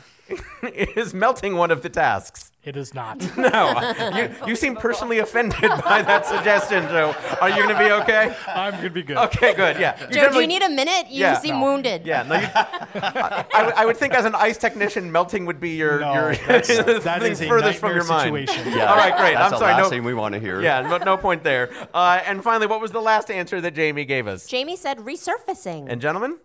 [SPEAKER 2] Is melting one of the tasks?
[SPEAKER 8] It is not.
[SPEAKER 2] No. You, you seem personally offended by that suggestion, Joe. Are you going to be okay?
[SPEAKER 8] I'm going to be good.
[SPEAKER 2] Okay, good. Yeah. You
[SPEAKER 1] Joe, do
[SPEAKER 2] generally-
[SPEAKER 1] you need a minute? You
[SPEAKER 2] Yeah.
[SPEAKER 1] seem
[SPEAKER 2] No.
[SPEAKER 1] wounded.
[SPEAKER 2] Yeah, no, you, I, I would- I would think as an ice technician, melting would be your,
[SPEAKER 8] No,
[SPEAKER 2] your
[SPEAKER 8] that's-
[SPEAKER 2] the
[SPEAKER 8] that
[SPEAKER 2] thing
[SPEAKER 8] is a
[SPEAKER 2] furthest from your
[SPEAKER 8] nightmare
[SPEAKER 2] mind.
[SPEAKER 8] situation.
[SPEAKER 7] Yeah,
[SPEAKER 2] All right, great.
[SPEAKER 7] That's
[SPEAKER 2] I'm
[SPEAKER 7] the
[SPEAKER 2] sorry.
[SPEAKER 7] last
[SPEAKER 2] No,
[SPEAKER 7] thing we want to hear.
[SPEAKER 2] yeah, no, no point there. Uh, and finally, what was the last answer that Jamie gave us?
[SPEAKER 1] Jamie said resurfacing.
[SPEAKER 2] And gentlemen,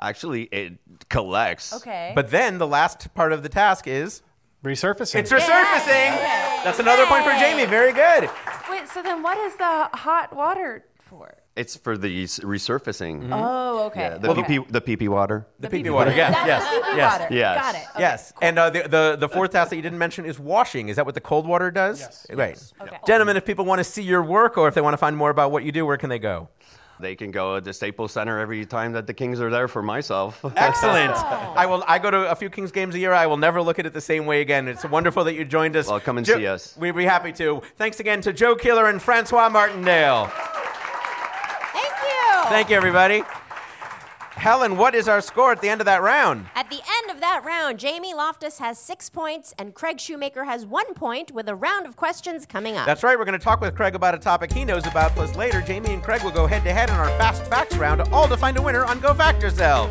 [SPEAKER 7] Actually, it collects.
[SPEAKER 3] Okay.
[SPEAKER 2] but then the last part of the task is
[SPEAKER 8] Resurfacing.
[SPEAKER 2] it's resurfacing. That's another point for Jamie. Very good.
[SPEAKER 3] Wait, so then what is the hot water for?
[SPEAKER 7] It's for the s- resurfacing.
[SPEAKER 3] Oh, okay.
[SPEAKER 7] Yeah, the, pee pee, the pee pee water.
[SPEAKER 2] The pee pee water. Yes,
[SPEAKER 3] That's
[SPEAKER 2] yes,
[SPEAKER 3] the pee-pee
[SPEAKER 2] yes.
[SPEAKER 3] water.
[SPEAKER 7] Yes.
[SPEAKER 3] Got it. Okay.
[SPEAKER 2] Yes, and uh, the, the the fourth task that you didn't mention is washing. Is that what the cold water does?
[SPEAKER 8] Yes.
[SPEAKER 2] Great,
[SPEAKER 3] Okay.
[SPEAKER 2] gentlemen. If people want to see your work or if they want to find more about what you do, where can they go?
[SPEAKER 7] They can go to Staples Center every time that the Kings are there for myself.
[SPEAKER 2] Excellent. I will. I go to a few Kings games a year. I will never look at it the same way again. It's wonderful that you joined us.
[SPEAKER 7] Well, come and see us.
[SPEAKER 2] We'd be happy to. Thanks again to Joe Keeler and Francois Martindale.
[SPEAKER 1] Thank you.
[SPEAKER 2] Thank you, everybody. Helen, what is our score at the end of that round?
[SPEAKER 1] At the end of that round, Jamie Loftus has six points and Craig Shoemaker has one point with a round of questions coming up.
[SPEAKER 2] That's right. We're going to talk with Craig about a topic he knows about. Plus, later, Jamie and Craig will go head to head in our Fast Facts round, all to find a winner on Go Fact Yourself.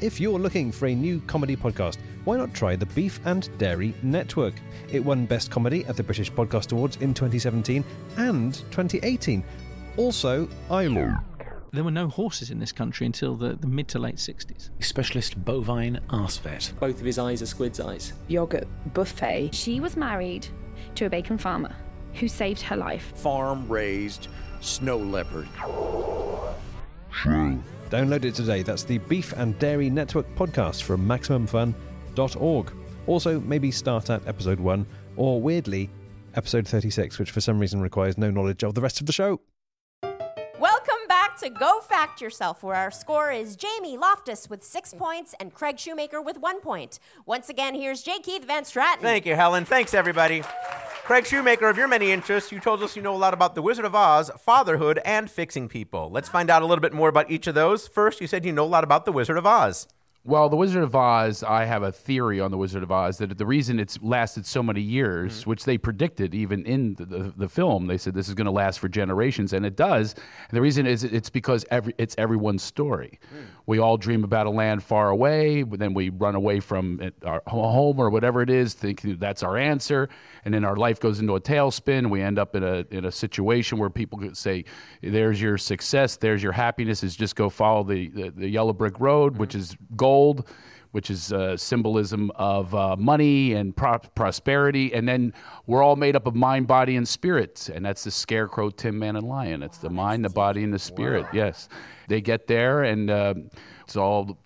[SPEAKER 9] If you're looking for a new comedy podcast, why not try the Beef and Dairy Network? It won Best Comedy at the British Podcast Awards in 2017 and 2018. Also, ILO.
[SPEAKER 10] There were no horses in this country until the, the mid to late 60s.
[SPEAKER 11] Specialist bovine arse vet.
[SPEAKER 12] Both of his eyes are squid's eyes.
[SPEAKER 13] Yogurt buffet.
[SPEAKER 14] She was married to a bacon farmer who saved her life.
[SPEAKER 11] Farm raised snow leopard.
[SPEAKER 9] Download it today. That's the Beef and Dairy Network podcast from MaximumFun.org. Also, maybe start at episode one, or weirdly, episode 36, which for some reason requires no knowledge of the rest of the show.
[SPEAKER 1] Welcome back to Go Fact Yourself, where our score is Jamie Loftus with six points and Craig Shoemaker with one point. Once again, here's J. Keith Van Stratton.
[SPEAKER 2] Thank you, Helen. Thanks, everybody. Craig Shoemaker, of your many interests, you told us you know a lot about The Wizard of Oz, fatherhood, and fixing people. Let's find out a little bit more about each of those. First, you said you know a lot about The Wizard of Oz.
[SPEAKER 4] Well, The Wizard of Oz, I have a theory on The Wizard of Oz that the reason it's lasted so many years, which they predicted even in the, the, the film, they said this is going to last for generations, and it does. And the reason is it's because every, it's everyone's story. We all dream about a land far away, but then we run away from it, our ho- home or whatever it is, thinking that's our answer, and then our life goes into a tailspin. We end up in a, in a situation where people could say, there's your success, there's your happiness, is just go follow the, the, the yellow brick road, which is gold, which is uh, symbolism of uh, money and pro- prosperity. And then we're all made up of mind, body, and spirit. And that's the scarecrow, Tin Man, and lion. It's the mind, the body, and the spirit. Yes. They get there, and uh, it's all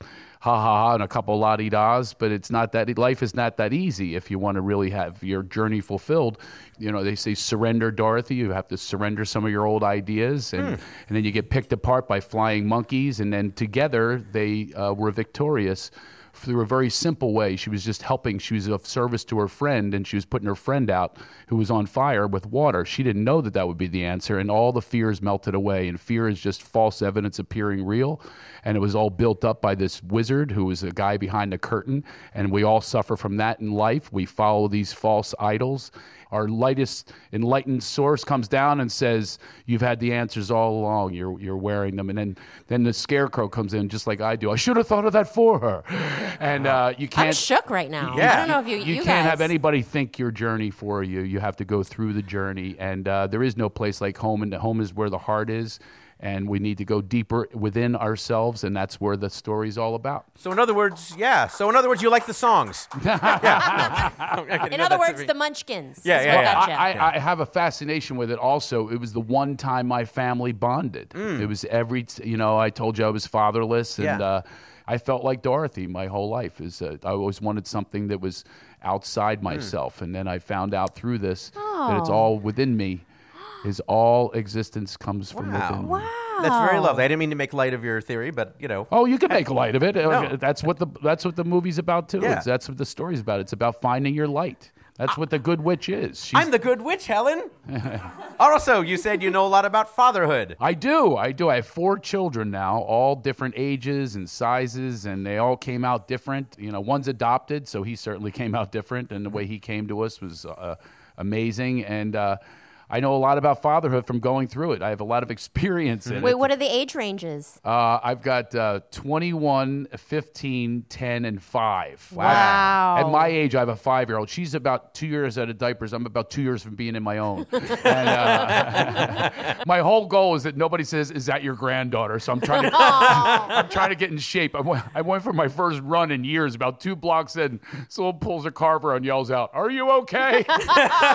[SPEAKER 4] ha ha ha and a couple la di das, but it's not that e, life is not that easy if you want to really have your journey fulfilled. You know, they say surrender, Dorothy. You have to surrender some of your old ideas, and, and then you get picked apart by flying monkeys, and then together they uh, were victorious through a very simple way. She was just helping. She was of service to her friend, and she was putting her friend out, who was on fire, with water. She didn't know that that would be the answer, and all the fears melted away. And fear is just false evidence appearing real, and it was all built up by this wizard who was a guy behind the curtain. And we all suffer from that in life. We follow these false idols. Our lightest enlightened source comes down and says, "You've had the answers all along. You're you're wearing them." And then then the scarecrow comes in, just like I do. I should have thought of that for her. And uh, you can't.
[SPEAKER 1] I'm shook right now.
[SPEAKER 2] Yeah.
[SPEAKER 1] I don't know if you, you,
[SPEAKER 4] can't
[SPEAKER 1] guys.
[SPEAKER 4] have anybody think your journey for you. You have to go through the journey, and uh, there is no place like home. And home is where the heart is, and we need to go deeper within ourselves, and that's where the story's all about.
[SPEAKER 2] So, in other words, yeah. So, in other words, you like the songs.
[SPEAKER 1] In other words, the Munchkins.
[SPEAKER 2] Yeah,
[SPEAKER 1] is
[SPEAKER 2] yeah,
[SPEAKER 1] what
[SPEAKER 2] yeah.
[SPEAKER 1] got ya.
[SPEAKER 4] I, I, I have a fascination with it. Also, it was the one time my family bonded. It was every, t- you know, I told you I was fatherless, and
[SPEAKER 2] Mm. Yeah.
[SPEAKER 4] uh, I felt like Dorothy my whole life. Is uh, I always wanted something that was
[SPEAKER 2] Mm.
[SPEAKER 4] outside myself, and then I found out through this that it's all within me. His all existence comes from
[SPEAKER 2] Wow.
[SPEAKER 4] within.
[SPEAKER 2] That's very lovely. I didn't mean to make light of your theory, but you know.
[SPEAKER 4] Oh, you can make light of it.
[SPEAKER 2] No.
[SPEAKER 4] That's what the that's what the movie's about too.
[SPEAKER 2] Yeah.
[SPEAKER 4] It's- That's what the story's about. It's about finding your light. That's what the good witch is. She's
[SPEAKER 2] I'm the good witch, Helen. also, you said you know a lot about fatherhood.
[SPEAKER 4] I do. I do. I have four children now, all different ages and sizes, and they all came out different. You know, one's adopted, so he certainly came out different, and the way he came to us was uh, amazing. And uh, I know a lot about fatherhood from going through it. I have a lot of experience in
[SPEAKER 1] Wait,
[SPEAKER 4] it.
[SPEAKER 1] what are the age ranges?
[SPEAKER 4] Uh, I've got uh, 21, 15, 10, and 5.
[SPEAKER 1] Wow.
[SPEAKER 4] At my age, I have a five year old. She's about two years out of diapers. I'm about two years from being in my own. and, uh, my whole goal is that nobody says, Is that your granddaughter? So I'm trying to, I'm trying to get in shape. I went, I went for my first run in years, about two blocks in. Someone pulls a carver and yells out, Are you okay?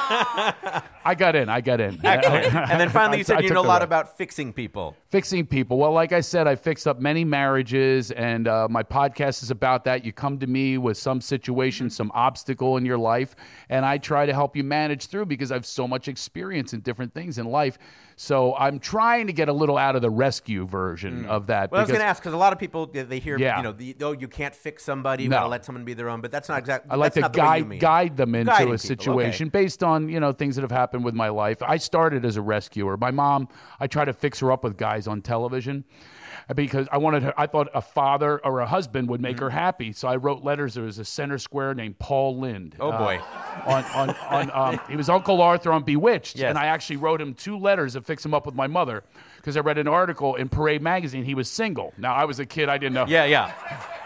[SPEAKER 4] I got in. I got in.
[SPEAKER 2] and then finally, you
[SPEAKER 4] I-
[SPEAKER 2] said
[SPEAKER 4] I
[SPEAKER 2] you
[SPEAKER 4] took
[SPEAKER 2] know a
[SPEAKER 4] the
[SPEAKER 2] lot
[SPEAKER 4] ride
[SPEAKER 2] about fixing people.
[SPEAKER 4] fixing people. Well, like I said, I fixed up many marriages, and uh, my podcast is about that. You come to me with some situation, some obstacle in your life, and I try to help you manage through because I have so much experience in different things in life. So I'm trying to get a little out of the rescue version of that.
[SPEAKER 2] Mm. Well, I was
[SPEAKER 4] because-
[SPEAKER 2] going to ask because a lot of people they- they hear
[SPEAKER 4] Yeah.
[SPEAKER 2] you know the, oh you can't fix somebody you
[SPEAKER 4] No.
[SPEAKER 2] got to let someone be their own but that's not exactly
[SPEAKER 4] I like to
[SPEAKER 2] not the way you
[SPEAKER 4] guide
[SPEAKER 2] mean.
[SPEAKER 4] guide them into
[SPEAKER 2] Guiding
[SPEAKER 4] a
[SPEAKER 2] people, okay.
[SPEAKER 4] situation based on you know things that have happened with my life life. I started as a rescuer. My mom, I tried to fix her up with guys on television because I wanted her, I thought a father or a husband would make her
[SPEAKER 2] Mm-hmm.
[SPEAKER 4] happy. So I wrote letters. There was a center square named Paul Lind. Uh,
[SPEAKER 2] Oh, boy.
[SPEAKER 4] On, on, on, um, he was Uncle Arthur on Bewitched.
[SPEAKER 2] Yes.
[SPEAKER 4] And I actually wrote him two letters to fix him up with my mother because I read an article in Parade Magazine. He was single. Now, I was a kid. I didn't know.
[SPEAKER 2] Yeah, yeah.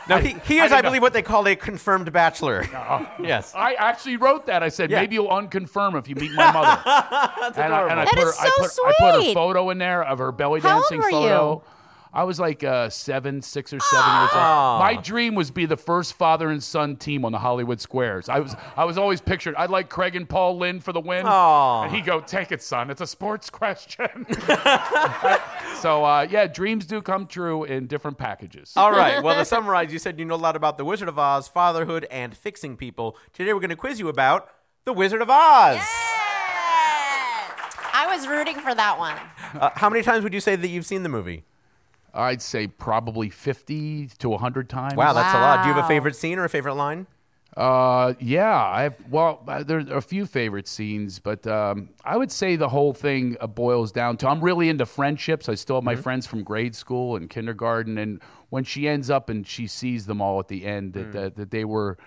[SPEAKER 2] Now, he, he is,
[SPEAKER 4] didn't
[SPEAKER 2] I,
[SPEAKER 4] know.
[SPEAKER 2] believe, what they call a confirmed bachelor. yes.
[SPEAKER 4] Oh. I actually wrote that. I said,
[SPEAKER 2] Yeah.
[SPEAKER 4] maybe you'll unconfirm if you meet my mother. That's and I, and I
[SPEAKER 1] That
[SPEAKER 4] put
[SPEAKER 1] is
[SPEAKER 4] her, I put,
[SPEAKER 1] so
[SPEAKER 4] I put her
[SPEAKER 1] sweet.
[SPEAKER 4] photo in there of her belly
[SPEAKER 1] How old
[SPEAKER 4] dancing
[SPEAKER 1] were
[SPEAKER 4] photo.
[SPEAKER 1] you?
[SPEAKER 4] I was like uh, seven, six or seven years
[SPEAKER 1] Ah.
[SPEAKER 4] old. My dream was be the first father and son team on the Hollywood Squares. I was, I was always pictured. I'd like Craig and Paul Lynn for the win,
[SPEAKER 1] Ah.
[SPEAKER 2] Aw.
[SPEAKER 4] and he go, "Take it, son. It's a sports question." so uh, yeah, dreams do come true in different packages.
[SPEAKER 2] All right. Well, to summarize, you said you know a lot about The Wizard of Oz, fatherhood, and fixing people. Today, we're going to quiz you about The Wizard of Oz.
[SPEAKER 1] Yes! I was rooting for that one.
[SPEAKER 2] Uh, how many times would you say that you've seen the movie?
[SPEAKER 4] I'd say probably fifty to hundred times.
[SPEAKER 2] Wow, that's a lot. Do you have a
[SPEAKER 1] Wow.
[SPEAKER 2] favorite scene or a favorite line?
[SPEAKER 4] Uh, yeah, I have. Well, uh, there are a few favorite scenes, but um, I would say the whole thing uh, boils down to I'm really into friendships. I still have
[SPEAKER 2] Mm-hmm.
[SPEAKER 4] my friends from grade school and kindergarten, and when she ends up and she sees them all at the
[SPEAKER 2] Mm.
[SPEAKER 4] end, that that, that they were.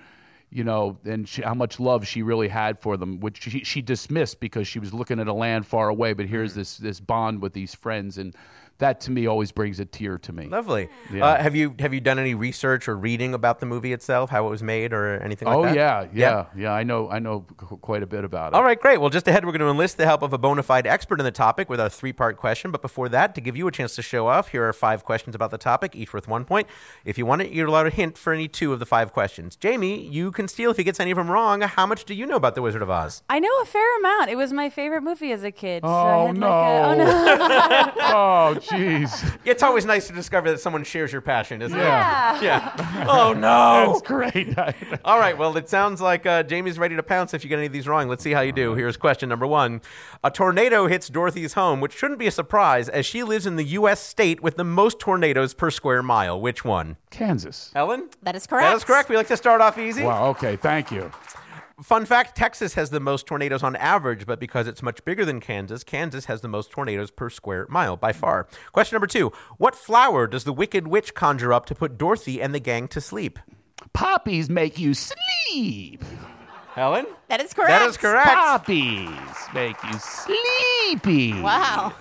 [SPEAKER 4] You know, and she, how much love she really had for them, which she, she dismissed because she was looking at a land far away. But here's
[SPEAKER 2] Mm.
[SPEAKER 4] this this bond with these friends, and that to me always brings a tear to me.
[SPEAKER 2] Lovely.
[SPEAKER 4] Yeah.
[SPEAKER 2] Uh, have you have you done any research or reading about the movie itself, how it was made, or anything like
[SPEAKER 4] oh
[SPEAKER 2] that?
[SPEAKER 4] yeah, yeah, yeah. I know, I know qu- quite a bit about it.
[SPEAKER 2] All right, great. Well, just ahead, we're going to enlist the help of a bona fide expert in the topic with our three part question. But before that, to give you a chance to show off, here are five questions about the topic, each worth one point. If you want it, you're allowed a hint for any two of the five questions. Jamie, you can steal if he gets any of them wrong. How much do you know about The Wizard of Oz?
[SPEAKER 3] I know a fair amount. It was my favorite movie as a kid. so I
[SPEAKER 4] Oh
[SPEAKER 3] had,
[SPEAKER 4] no.
[SPEAKER 3] like, a- oh, no.
[SPEAKER 4] oh jeez.
[SPEAKER 2] It's always nice to discover that someone shares your passion, isn't
[SPEAKER 4] Yeah.
[SPEAKER 2] it? Yeah. oh, no.
[SPEAKER 4] That's great.
[SPEAKER 2] All right. Well, it sounds like uh, Jamie's ready to pounce if you get any of these wrong. Let's see how you do. Here's question number one A tornado hits Dorothy's home, which shouldn't be a surprise as she lives in the U.S. state with the most tornadoes per square mile. Which one?
[SPEAKER 4] Kansas.
[SPEAKER 2] Ellen?
[SPEAKER 1] That is correct.
[SPEAKER 2] That is correct. We like to start off easy.
[SPEAKER 4] Wow, okay, thank you.
[SPEAKER 2] Fun fact Texas has the most tornadoes on average, but because it's much bigger than Kansas, Kansas has the most tornadoes per square mile by far. Question number two What flower does the Wicked Witch conjure up to put Dorothy and the gang to sleep?
[SPEAKER 4] Poppies make you sleep.
[SPEAKER 2] Helen?
[SPEAKER 1] That is correct.
[SPEAKER 2] That is correct.
[SPEAKER 4] Poppies make you sleepy.
[SPEAKER 1] Wow.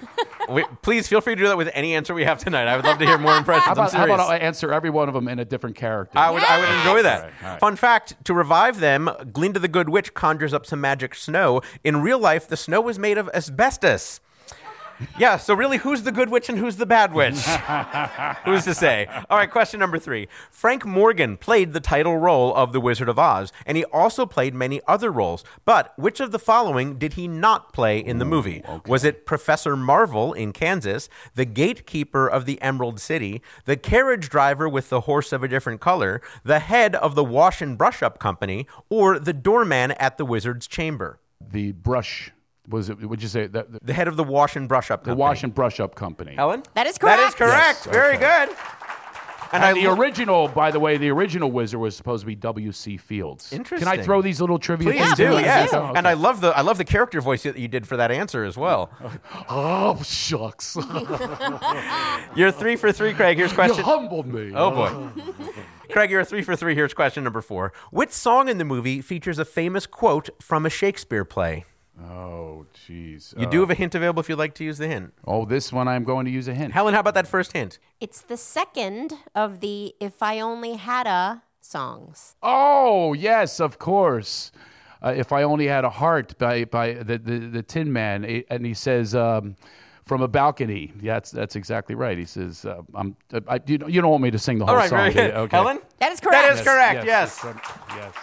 [SPEAKER 2] We, please feel free to do that with any answer we have tonight. I would love to hear more impressions.
[SPEAKER 4] How
[SPEAKER 2] I'm
[SPEAKER 4] about, how
[SPEAKER 2] serious.
[SPEAKER 4] about I answer every one of them in a different character?
[SPEAKER 2] I would, I would enjoy that.
[SPEAKER 4] All right, all right.
[SPEAKER 2] Fun fact to revive them, Glinda the Good Witch conjures up some magic snow. In real life, the snow was made of asbestos. Yeah, so really, who's the good witch and who's the bad witch? who's to say? All right, question number three. Frank Morgan played the title role of The Wizard of Oz, and he also played many other roles. But which of the following did he not play in the movie? Was it Professor Marvel in Kansas, the gatekeeper of the Emerald City, the carriage driver with the horse of a different color, the head of the wash and brush up company, or the doorman at the wizard's chamber?
[SPEAKER 4] the brush was it would you say that the,
[SPEAKER 2] The head of the wash and brush up
[SPEAKER 4] the
[SPEAKER 2] company.
[SPEAKER 4] wash and brush up company.
[SPEAKER 2] Helen?
[SPEAKER 1] That is
[SPEAKER 2] That is
[SPEAKER 1] correct.
[SPEAKER 2] correct.
[SPEAKER 4] Yes,
[SPEAKER 2] Very
[SPEAKER 4] okay.
[SPEAKER 2] good.
[SPEAKER 4] And,
[SPEAKER 2] I
[SPEAKER 4] the
[SPEAKER 2] lo-
[SPEAKER 4] original, by the way, the original wizard was supposed to be W.C. Fields. Can I
[SPEAKER 2] Interesting.
[SPEAKER 4] throw these little trivia
[SPEAKER 2] Please
[SPEAKER 4] things
[SPEAKER 2] do,
[SPEAKER 4] in there?
[SPEAKER 2] yes.
[SPEAKER 4] Oh, okay.
[SPEAKER 2] And I love the I love the character voice that you did for that answer as well.
[SPEAKER 4] Oh, shucks.
[SPEAKER 2] You're three for three, Craig. Here's
[SPEAKER 4] you
[SPEAKER 2] question.
[SPEAKER 4] humbled me.
[SPEAKER 2] Oh boy. Craig, you're a three for three. Here's question number four. Which song in the movie features a famous quote from a Shakespeare play?
[SPEAKER 4] Oh, jeez.
[SPEAKER 2] You do have a hint available if you'd like to use the hint.
[SPEAKER 4] Oh, this one I'm going to use a hint.
[SPEAKER 2] Helen, how about that first hint?
[SPEAKER 1] It's the second of the If I Only Had a songs.
[SPEAKER 4] Oh, yes, of course. Uh, if I only had a heart by by the the, the Tin Man, eh, and he says. Um, from a balcony. Yeah, that's that's exactly right. He says, uh, "I'm." I, you, don't- you don't want me to sing the whole
[SPEAKER 2] All right,
[SPEAKER 4] song,
[SPEAKER 2] very
[SPEAKER 4] do you?
[SPEAKER 2] good.
[SPEAKER 4] Okay.
[SPEAKER 2] Helen?
[SPEAKER 1] That is correct.
[SPEAKER 2] That is correct, yes.
[SPEAKER 4] yes.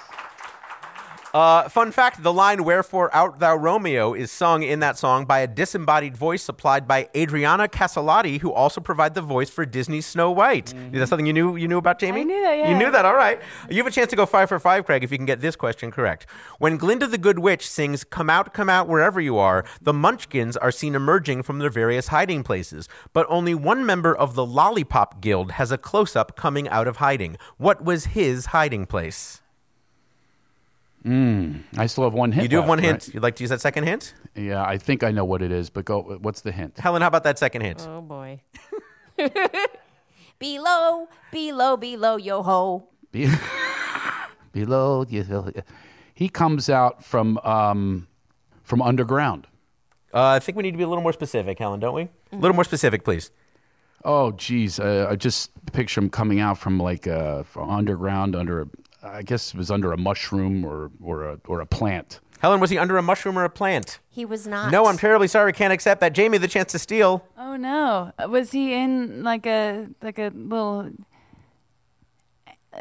[SPEAKER 2] Uh, fun fact the line Wherefore Art Thou Romeo is sung in that song by a disembodied voice supplied by Adriana Caselotti, who also provided the voice for Disney's Snow White. Is that something you knew you knew about, Jamie?
[SPEAKER 3] I knew that, yeah.
[SPEAKER 2] You knew that, all right. You have a chance to go five for five, Craig, if you can get this question correct. When Glinda the Good Witch sings Come Out, Come Out Wherever You Are, the munchkins are seen emerging from their various hiding places, but only one member of the Lollipop Guild has a close up coming out of hiding. What was his hiding place?
[SPEAKER 4] Mm, I still have one hint.
[SPEAKER 2] You do have
[SPEAKER 4] left,
[SPEAKER 2] one hint.
[SPEAKER 4] right?
[SPEAKER 2] You'd like to use that second hint?
[SPEAKER 4] Yeah, I think I know what it is, but go. What's the hint?
[SPEAKER 2] Helen, how about that second hint?
[SPEAKER 1] Oh boy. below, below, below, yo ho.
[SPEAKER 4] Be- below the- he comes out from um, from underground
[SPEAKER 2] Uh, I think we need to be a little more specific, Helen, don't we? A
[SPEAKER 3] Mm-hmm.
[SPEAKER 2] little more specific, please.
[SPEAKER 4] oh geez uh, i just picture him coming out from like uh, from underground under a i guess it was under a mushroom or or a, or a plant
[SPEAKER 2] Helen, was he under a mushroom or a plant?
[SPEAKER 1] He was not.
[SPEAKER 2] No, I'm terribly sorry. Can't accept that. Jamie, the chance to steal.
[SPEAKER 3] Oh no! Was he in like a like a little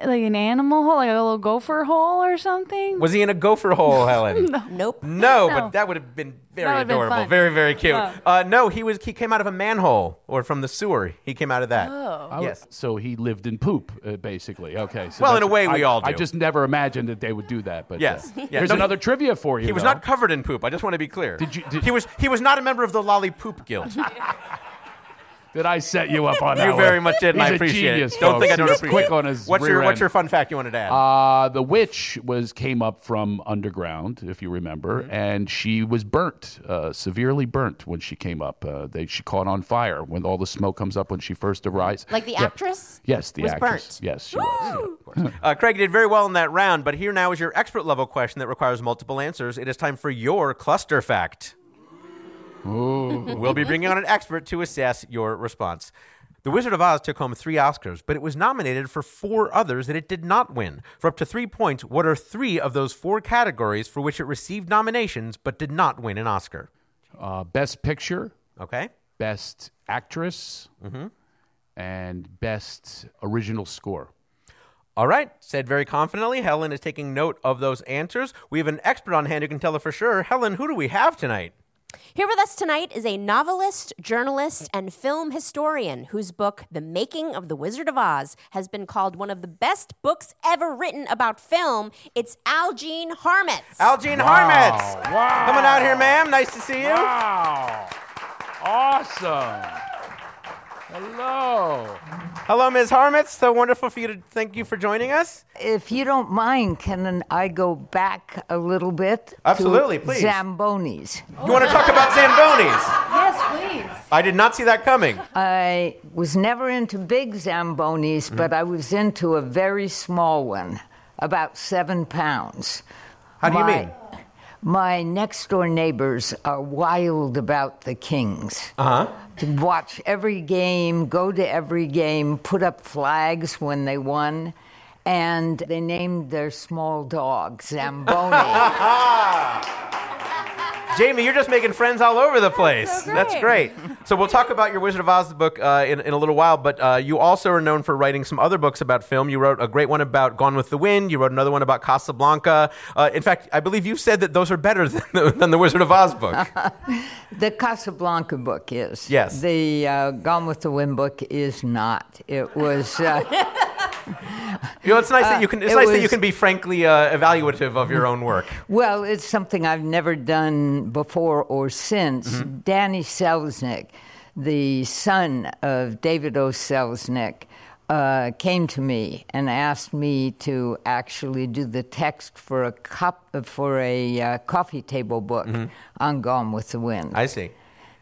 [SPEAKER 3] like an animal hole, like a little gopher hole or something?
[SPEAKER 2] Was he in a gopher hole, Helen?
[SPEAKER 3] No.
[SPEAKER 1] Nope.
[SPEAKER 2] No,
[SPEAKER 3] No.
[SPEAKER 2] but that would have been
[SPEAKER 3] That
[SPEAKER 2] very
[SPEAKER 3] would've been
[SPEAKER 2] adorable,
[SPEAKER 3] fun.
[SPEAKER 2] very very cute.
[SPEAKER 3] Yeah.
[SPEAKER 2] Uh, no, he was he came out of a manhole or from the sewer. He came out of that.
[SPEAKER 3] Oh.
[SPEAKER 4] I-
[SPEAKER 2] Yes.
[SPEAKER 4] so he lived in poop uh, basically okay so
[SPEAKER 2] Well, in
[SPEAKER 4] that's-
[SPEAKER 2] a way, we
[SPEAKER 4] I-
[SPEAKER 2] all
[SPEAKER 4] i
[SPEAKER 2] do.
[SPEAKER 4] just never imagined that they would do that but
[SPEAKER 2] Yes.
[SPEAKER 4] uh,
[SPEAKER 2] Yeah.
[SPEAKER 4] here's
[SPEAKER 2] No, he-
[SPEAKER 4] another trivia for you
[SPEAKER 2] He was
[SPEAKER 4] though.
[SPEAKER 2] not covered in poop. I just want to be clear.
[SPEAKER 4] Did you- did-
[SPEAKER 2] he was he was not a member of the Lolly Poop Guild.
[SPEAKER 4] did i set you up on that
[SPEAKER 2] you
[SPEAKER 4] one?
[SPEAKER 2] very much did, and
[SPEAKER 4] He's
[SPEAKER 2] I
[SPEAKER 4] a
[SPEAKER 2] appreciate
[SPEAKER 4] genius,
[SPEAKER 2] it. Don't think I
[SPEAKER 4] folks.
[SPEAKER 2] don't
[SPEAKER 4] He's
[SPEAKER 2] appreciate
[SPEAKER 4] quick
[SPEAKER 2] it.
[SPEAKER 4] on his
[SPEAKER 2] what's your
[SPEAKER 4] rear
[SPEAKER 2] what's
[SPEAKER 4] end.
[SPEAKER 2] your fun fact you wanted to add?
[SPEAKER 4] Uh, the witch was came up from underground, if you remember, and she was burnt, uh, severely burnt when she came up. Uh, they, she caught on fire when all the smoke comes up when she first arrives.
[SPEAKER 1] Like the
[SPEAKER 4] Yeah.
[SPEAKER 1] actress?
[SPEAKER 4] Yes, the
[SPEAKER 1] was
[SPEAKER 4] actress.
[SPEAKER 1] burnt.
[SPEAKER 4] Yes, she was.
[SPEAKER 2] Uh, Craig did very well in that round, but here now is your expert level question that requires multiple answers. It is time for your cluster fact. we'll be bringing on an expert to assess your response. The Wizard of Oz took home three Oscars, but it was nominated for four others that it did not win. For up to three points, what are three of those four categories for which it received nominations but did not win an Oscar?
[SPEAKER 4] Uh, best picture,
[SPEAKER 2] Okay? Mm-hmm.
[SPEAKER 4] best actress, and best original score.
[SPEAKER 2] All right, said very confidently. Helen is taking note of those answers. We have an expert on hand who can tell her for sure. Helen, who do we have tonight?
[SPEAKER 1] Here with us tonight is a novelist, journalist, and film historian whose book, The Making of the Wizard of Oz, has been called one of the best books ever written about film. It's Algene Harmitz.
[SPEAKER 2] Algene Harmitz.
[SPEAKER 4] Wow.
[SPEAKER 2] Coming out here, ma'am. Nice to see you.
[SPEAKER 4] Wow. Awesome. Hello.
[SPEAKER 2] Hello, Ms. Harmitz. So wonderful for you to thank you for joining us.
[SPEAKER 12] If you don't mind, can I go back a little bit?
[SPEAKER 2] Absolutely,
[SPEAKER 12] to
[SPEAKER 2] please.
[SPEAKER 12] Zambonis.
[SPEAKER 2] You want to talk about Zambonis?
[SPEAKER 12] Yes, please.
[SPEAKER 2] I did not see that coming.
[SPEAKER 12] I was never into big Zambonis,
[SPEAKER 2] Mm-hmm.
[SPEAKER 12] but I was into a very small one, about seven pounds.
[SPEAKER 2] How do you
[SPEAKER 12] my,
[SPEAKER 2] mean?
[SPEAKER 12] My next door neighbors are wild about the Kings.
[SPEAKER 2] Uh huh.
[SPEAKER 12] to watch every game, go to every game, put up flags when they won. And they named their small dog Zamboni.
[SPEAKER 2] Jamie, you're just making friends all over the place. That's, great. So we'll talk about your Wizard of Oz book uh, in, in a little while, but uh, you also are known for writing some other books about film. You wrote a great one about Gone with the Wind. You wrote another one about Casablanca. Uh, in fact, I believe you said that those are better than the, than the Wizard of Oz
[SPEAKER 12] Uh,
[SPEAKER 2] book.
[SPEAKER 12] the Casablanca book is.
[SPEAKER 2] Yes.
[SPEAKER 12] The uh, Gone with the Wind book is not. It was. Uh,
[SPEAKER 2] You know, it's nice that you can. It's
[SPEAKER 12] it
[SPEAKER 2] nice that you
[SPEAKER 12] was-
[SPEAKER 2] can be frankly uh, evaluative of your own work.
[SPEAKER 12] Well, it's something I've never done before or since.
[SPEAKER 2] Mm-hmm.
[SPEAKER 12] Danny Selznick, the son of David O. Selznick, uh, came to me and asked me to actually do the text for a cup for a uh, coffee table book on Gone with the Wind,
[SPEAKER 2] Mm-hmm. I see.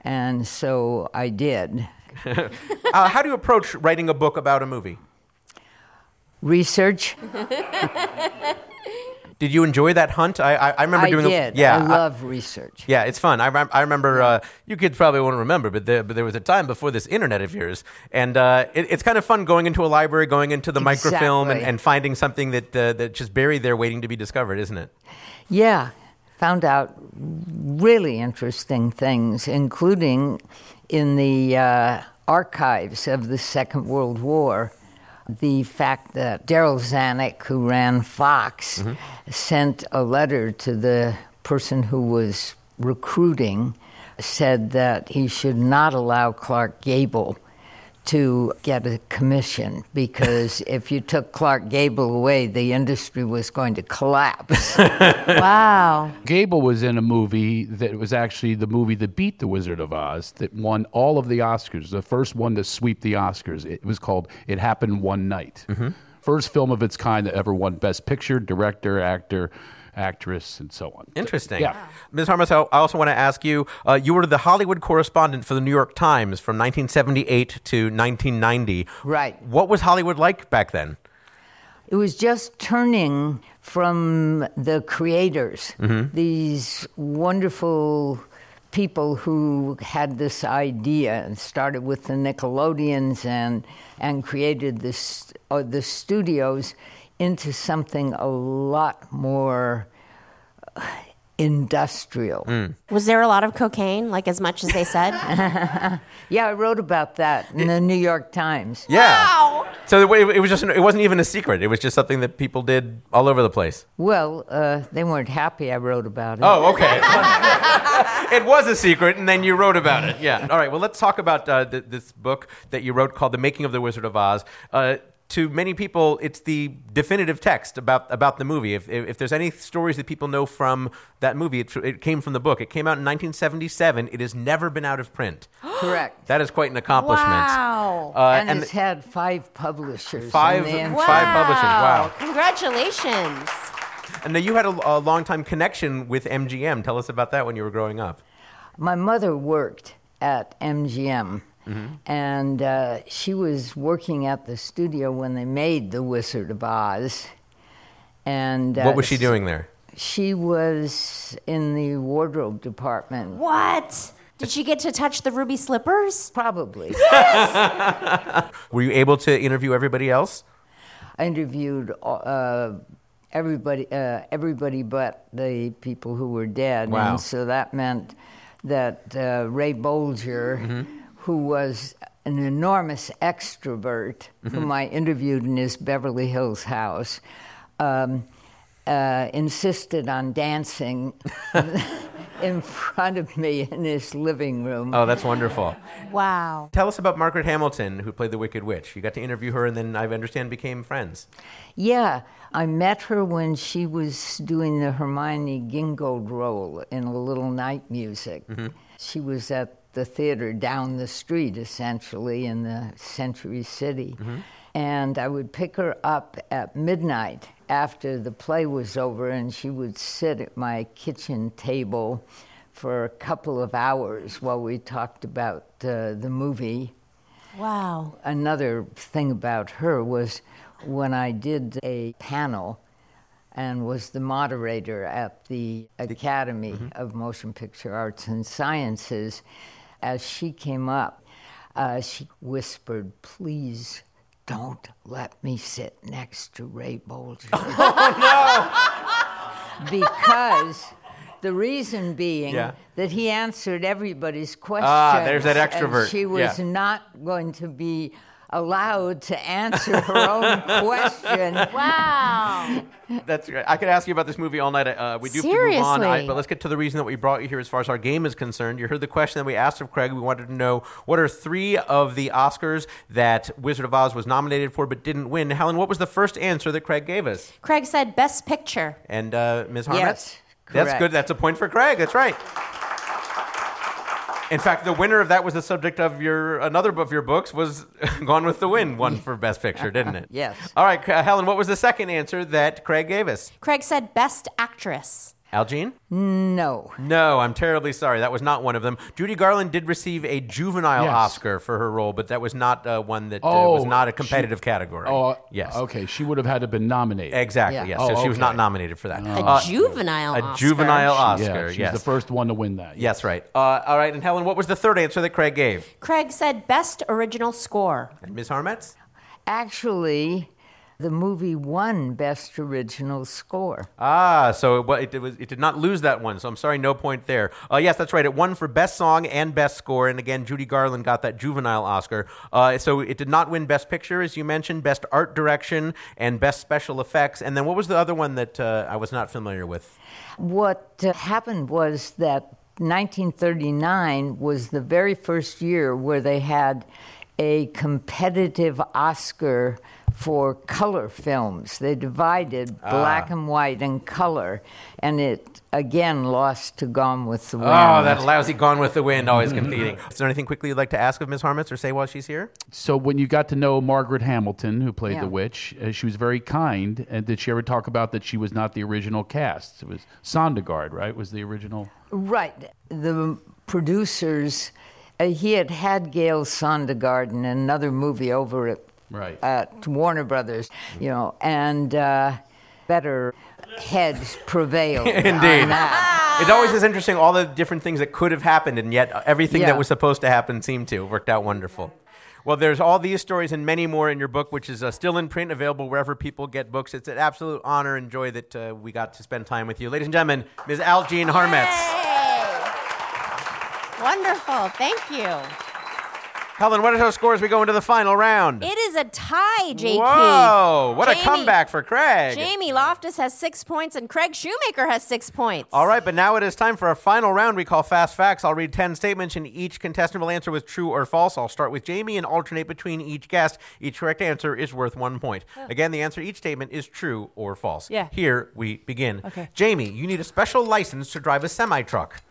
[SPEAKER 12] and so I did.
[SPEAKER 2] Uh, how do you approach writing a book about a movie?
[SPEAKER 12] Research,
[SPEAKER 2] Did you enjoy that hunt? I I, I remember
[SPEAKER 12] I
[SPEAKER 2] doing. a-
[SPEAKER 12] did.
[SPEAKER 2] yeah,
[SPEAKER 12] I love research.
[SPEAKER 2] yeah, it's fun. I, rem- I remember uh, you kids probably won't remember, but there, but there was a time before this internet of yours, and uh, it, it's kind of fun going into a library, going into the microfilm, and,
[SPEAKER 12] Exactly.
[SPEAKER 2] and finding something that uh, that just buried there, waiting to be discovered, isn't it?
[SPEAKER 12] Yeah, found out really interesting things, including in the uh, archives of the Second World War. The fact that Daryl Zanuck, who ran Fox, sent a letter to the person who was recruiting, said that he should not allow Clark Gable to get a commission because if you took Clark Gable away, the industry was going to collapse.
[SPEAKER 3] Wow.
[SPEAKER 4] Gable was in a movie that was actually the movie that beat The Wizard of Oz that won all of the Oscars, the first one to sweep the Oscars. It was called It Happened One Night. First film of its kind that ever won Best Picture, Director, Actor, actress, and so on.
[SPEAKER 2] Interesting.
[SPEAKER 4] Yeah.
[SPEAKER 2] Ms. Harmos, I I also want to ask you uh, you were the Hollywood correspondent for the New York Times from 1978 to 1990.
[SPEAKER 12] Right.
[SPEAKER 2] What was Hollywood like back then?
[SPEAKER 12] It was just turning from the creators,
[SPEAKER 2] Mhm.
[SPEAKER 12] these wonderful people who had this idea and started with the Nickelodeons and and created this uh, the studios into something a lot more uh, industrial.
[SPEAKER 2] Mm.
[SPEAKER 1] Was there a lot of cocaine, like as much as they said?
[SPEAKER 12] yeah, I wrote about that in the New York Times.
[SPEAKER 2] Yeah. So it, wa- it was just an- it wasn't even a secret. It was just something that people did all over the place.
[SPEAKER 12] Well, uh, they weren't happy I wrote about it.
[SPEAKER 2] Oh, okay. it was a secret, and then you wrote about it. Yeah. All right. Well, let's talk about uh, th- this book that you wrote called "The Making of the Wizard of Oz." Uh, to many people, it's the definitive text about about the movie. If if, if there's any stories that people know from that movie, it, it came from the book. It came out in 1977. It has never been out of print.
[SPEAKER 12] Correct.
[SPEAKER 2] That is quite an accomplishment.
[SPEAKER 12] Wow.
[SPEAKER 2] Uh,
[SPEAKER 12] and,
[SPEAKER 2] and
[SPEAKER 12] it's had five publishers.
[SPEAKER 2] Five-
[SPEAKER 12] and they-
[SPEAKER 2] five publishers, wow.
[SPEAKER 1] Congratulations.
[SPEAKER 2] And now you had a, a long time connection with MGM. Tell us about that when you were growing up.
[SPEAKER 12] My mother worked at MGM, and uh, she was working at the studio when they made The Wizard of Oz. And uh,
[SPEAKER 2] what was she doing there?
[SPEAKER 12] She was in the wardrobe department.
[SPEAKER 1] What? Did she get to touch the ruby slippers?
[SPEAKER 12] Probably.
[SPEAKER 2] Were you able to interview everybody else?
[SPEAKER 12] I interviewed uh, everybody, uh, everybody but the people who were dead.
[SPEAKER 2] Wow.
[SPEAKER 12] And so that meant that uh, Ray Bolger,
[SPEAKER 2] Mm-hmm.
[SPEAKER 12] who was an enormous extrovert, whom
[SPEAKER 2] Mm-hmm.
[SPEAKER 6] Mhm.
[SPEAKER 12] I interviewed in his Beverly Hills house, um, uh, insisted on dancing in front of me in his living room.
[SPEAKER 2] Oh, that's wonderful.
[SPEAKER 1] Wow.
[SPEAKER 2] Tell us about Margaret Hamilton, who played the Wicked Witch. You got to interview her, and then I understand became friends.
[SPEAKER 12] Yeah, I met her when she was doing the Hermione Gingold role in a little night music.
[SPEAKER 6] Mhm.
[SPEAKER 12] She was at the theater down the street, essentially, in the Century City.
[SPEAKER 6] Mhm.
[SPEAKER 12] And I would pick her up at midnight after the play was over, and she would sit at my kitchen table for a couple of hours while we talked about uh, the movie.
[SPEAKER 1] Wow.
[SPEAKER 12] Another thing about her was when I did a panel and was the moderator at the Academy of Motion Picture Arts and Sciences, as she came up, uh, she whispered, Please don't let me sit next to Ray Bolger. because. The reason being
[SPEAKER 6] Yeah.
[SPEAKER 12] that he answered everybody's questions.
[SPEAKER 2] Ah, there's that
[SPEAKER 12] and
[SPEAKER 2] extrovert.
[SPEAKER 12] she was
[SPEAKER 2] Yeah.
[SPEAKER 12] not going to be allowed to answer her own question.
[SPEAKER 1] Wow.
[SPEAKER 2] That's right. I could ask you about this movie all night. Uh, we do have to move on,
[SPEAKER 1] Seriously.
[SPEAKER 2] I- but let's get to the reason that we brought you here as far as our game is concerned. You heard the question that we asked of Craig. We wanted to know what are three of the Oscars that Wizard of Oz was nominated for but didn't win. Helen, what was the first answer that Craig gave us?
[SPEAKER 1] Craig said best picture.
[SPEAKER 2] And uh, Ms. Harmet?
[SPEAKER 1] Yes,
[SPEAKER 2] That's
[SPEAKER 1] correct.
[SPEAKER 2] good. That's a point for Craig. That's right. In fact, the winner of that was the subject of your another of your books was Gone with the Wind, one for Best Picture, didn't it?
[SPEAKER 1] Yes.
[SPEAKER 2] All right, uh, Helen. What was the second answer that Craig gave us?
[SPEAKER 1] Craig said best actress.
[SPEAKER 2] Algene?
[SPEAKER 12] No.
[SPEAKER 2] No, I'm terribly sorry. That was not one of them. Judy Garland did receive a juvenile
[SPEAKER 4] Yes.
[SPEAKER 2] Oscar for her role, but that was not uh, one that uh,
[SPEAKER 4] Oh,
[SPEAKER 2] was not a
[SPEAKER 4] she-
[SPEAKER 2] competitive category.
[SPEAKER 4] Oh,
[SPEAKER 2] yes.
[SPEAKER 4] Okay, she would have had to have been nominated. Oh,
[SPEAKER 2] Exactly. Yes. so she was not nominated for that.
[SPEAKER 1] A
[SPEAKER 2] Uh,
[SPEAKER 1] juvenile
[SPEAKER 2] a
[SPEAKER 1] Oscar.
[SPEAKER 2] juvenile
[SPEAKER 4] She- yeah,
[SPEAKER 2] Oscar.
[SPEAKER 4] she's
[SPEAKER 2] yes.
[SPEAKER 4] the first one to win that.
[SPEAKER 2] Yes, right. Uh, all right, and Helen, what was the third answer that Craig gave?
[SPEAKER 1] Craig said best original score.
[SPEAKER 2] And Ms. Harmetz?
[SPEAKER 12] Actually, the movie won Best Original Score.
[SPEAKER 2] Ah, so it, wa- it, was, it did not lose that one, so I'm sorry, no point there. Uh, yes, that's right. It won for Best Song and Best Score, and again, Judy Garland got that juvenile Oscar. Uh, so it did not win Best Picture, as you mentioned, Best Art Direction, and Best Special Effects. And then what was the other one that uh, I was not familiar with?
[SPEAKER 12] What uh, happened was that 1939 was the very first year where they had a competitive Oscar for color films. They divided black
[SPEAKER 2] Ah.
[SPEAKER 12] and white and color, and it again lost to Gone with the Wind.
[SPEAKER 2] Oh, that lousy Gone with the Wind, always competing. Is there anything quickly you'd like to ask of Ms. Harmitz or say while she's here?
[SPEAKER 4] So when you got to know Margaret Hamilton, who played
[SPEAKER 2] Yeah.
[SPEAKER 4] the witch, uh, she was very kind. And did she ever talk about that she was not the original cast? It was Sondergaard, right? Was the original?
[SPEAKER 12] Right. The producers, uh, he had had Gail Sondergaard in another movie over at,
[SPEAKER 4] Right.
[SPEAKER 12] at Warner Brothers, you know, and uh, better heads prevailed. on
[SPEAKER 2] Indeed.
[SPEAKER 12] that.
[SPEAKER 2] It always is interesting all the different things that could have happened, and yet everything
[SPEAKER 12] Yeah.
[SPEAKER 2] that was supposed to happen seemed to. Worked out wonderful. Well, there's all these stories and many more in your book, which is uh, still in print, available wherever people get books. It's an absolute honor and joy that uh, we got to spend time with you. Ladies and gentlemen, Ms. Algene Harmetz.
[SPEAKER 1] Wonderful. Thank you.
[SPEAKER 2] Helen, what are those scores? We go into the final round.
[SPEAKER 1] It is a tie, JP.
[SPEAKER 2] Whoa, what
[SPEAKER 1] Jamie-
[SPEAKER 2] a comeback for Craig.
[SPEAKER 1] Jamie Loftus has six points and Craig Shoemaker has six points.
[SPEAKER 2] All right, but now it is time for our final round we call Fast Facts. I'll read 10 statements, and each contestant will answer with true or false. I'll start with Jamie and alternate between each guest. Each correct answer is worth one point. Again, the answer to each statement is true or false.
[SPEAKER 3] Yeah.
[SPEAKER 2] Here we begin.
[SPEAKER 3] Okay.
[SPEAKER 2] Jamie, you need a special license to drive a semi truck.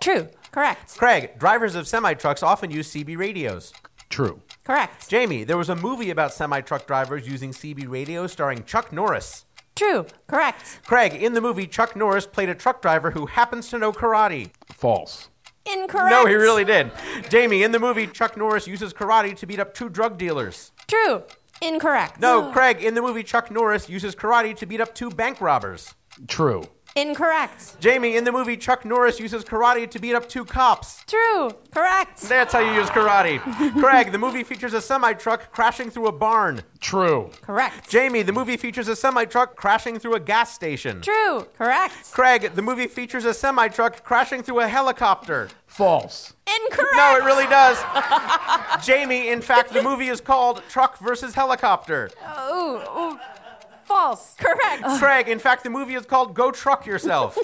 [SPEAKER 1] True. Correct.
[SPEAKER 2] Craig, drivers of semi trucks often use CB radios.
[SPEAKER 4] True.
[SPEAKER 1] Correct.
[SPEAKER 2] Jamie, there was a movie about semi truck drivers using CB radios starring Chuck Norris.
[SPEAKER 1] True. Correct.
[SPEAKER 2] Craig, in the movie, Chuck Norris played a truck driver who happens to know karate.
[SPEAKER 4] False.
[SPEAKER 1] Incorrect.
[SPEAKER 2] No, he really did. Jamie, in the movie, Chuck Norris uses karate to beat up two drug dealers.
[SPEAKER 1] True. Incorrect.
[SPEAKER 2] No, Craig, in the movie, Chuck Norris uses karate to beat up two bank robbers.
[SPEAKER 4] True.
[SPEAKER 1] Incorrect.
[SPEAKER 2] Jamie, in the movie, Chuck Norris uses karate to beat up two cops.
[SPEAKER 1] True. Correct.
[SPEAKER 2] That's how you use karate. Craig, the movie features a semi truck crashing through a barn.
[SPEAKER 4] True.
[SPEAKER 1] Correct.
[SPEAKER 2] Jamie, the movie features a semi truck crashing through a gas station.
[SPEAKER 1] True. Correct.
[SPEAKER 2] Craig, the movie features a semi truck crashing through a helicopter.
[SPEAKER 4] False.
[SPEAKER 1] Incorrect.
[SPEAKER 2] No, it really does. Jamie, in fact, the movie is called Truck versus Helicopter.
[SPEAKER 1] Oh, false. Correct.
[SPEAKER 2] Craig, in fact, the movie is called Go Truck Yourself.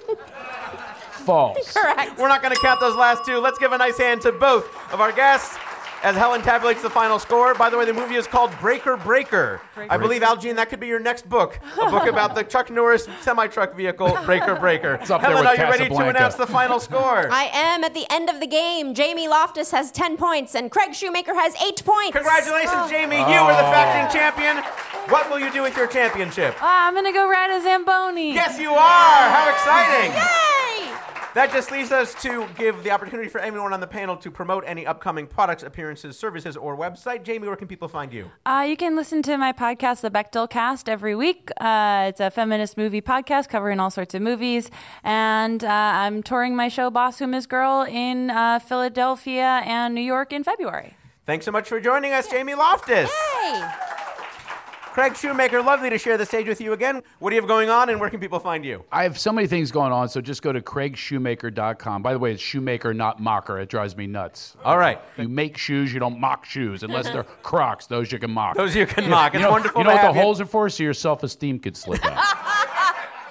[SPEAKER 4] False.
[SPEAKER 1] Correct.
[SPEAKER 2] We're not going to count those last two. Let's give a nice hand to both of our guests as Helen tabulates the final score. By the way, the movie is called Breaker Breaker. I believe, Algene, that could be your next book a book about the Chuck Norris semi truck vehicle, Breaker Breaker.
[SPEAKER 4] up there
[SPEAKER 2] Helen,
[SPEAKER 4] with
[SPEAKER 2] are you ready to
[SPEAKER 4] Casablanca.
[SPEAKER 2] announce the final score?
[SPEAKER 1] I am at the end of the game. Jamie Loftus has 10 points and Craig Shoemaker has 8 points. Oh.
[SPEAKER 2] Congratulations, Jamie. You are
[SPEAKER 4] Oh.
[SPEAKER 2] the facting champion. What will you do with your championship?
[SPEAKER 3] Ah, I'm gonna go ride a Zamboni.
[SPEAKER 2] Yes, you are. How exciting.
[SPEAKER 1] Yay!
[SPEAKER 2] That just leaves us to give the opportunity for anyone on the panel to promote any upcoming products, appearances, services, or website. Jamie, where can people find you?
[SPEAKER 3] Uh, you can listen to my podcast, The Bechtel Cast, every week. Uh, it's a feminist movie podcast covering all sorts of movies. And uh, I'm touring my show, Boss Who Miss Girl, in uh, Philadelphia and New York in February.
[SPEAKER 2] Thanks so much for joining us, Jamie Loftus.
[SPEAKER 1] Yay!
[SPEAKER 2] Craig Shoemaker, lovely to share the stage with you again. What do you have going on, and where can people find you?
[SPEAKER 4] I have so many things going on, so just go to craigshoemaker.com. By the way, it's shoemaker, not mocker. It drives me nuts.
[SPEAKER 2] All right.
[SPEAKER 4] You make shoes, you don't mock shoes, unless they're Crocs. Those you can mock.
[SPEAKER 2] Those you can mock. It's
[SPEAKER 4] you know,
[SPEAKER 2] wonderful
[SPEAKER 4] You know
[SPEAKER 2] to
[SPEAKER 4] what
[SPEAKER 2] have
[SPEAKER 4] the
[SPEAKER 2] you.
[SPEAKER 4] holes are for? So your self esteem could slip out.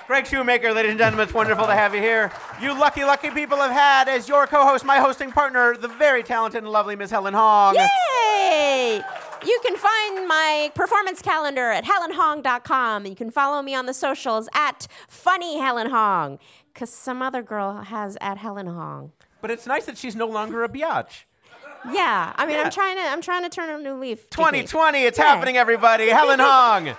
[SPEAKER 2] Craig Shoemaker, ladies and gentlemen, it's wonderful to have you here. You lucky, lucky people have had as your co host, my hosting partner, the very talented and lovely Miss Helen Hong.
[SPEAKER 1] Yay! You can find my performance calendar at helenhong.com. You can follow me on the socials at funny Helen Hong, because some other girl has at Helen Hong.
[SPEAKER 2] But it's nice that she's no longer a biatch.
[SPEAKER 1] Yeah, I mean,
[SPEAKER 2] Yeah.
[SPEAKER 1] I'm trying to, I'm trying to turn a new leaf.
[SPEAKER 2] 2020, it's
[SPEAKER 1] Yeah.
[SPEAKER 2] happening, everybody. Helen Hong.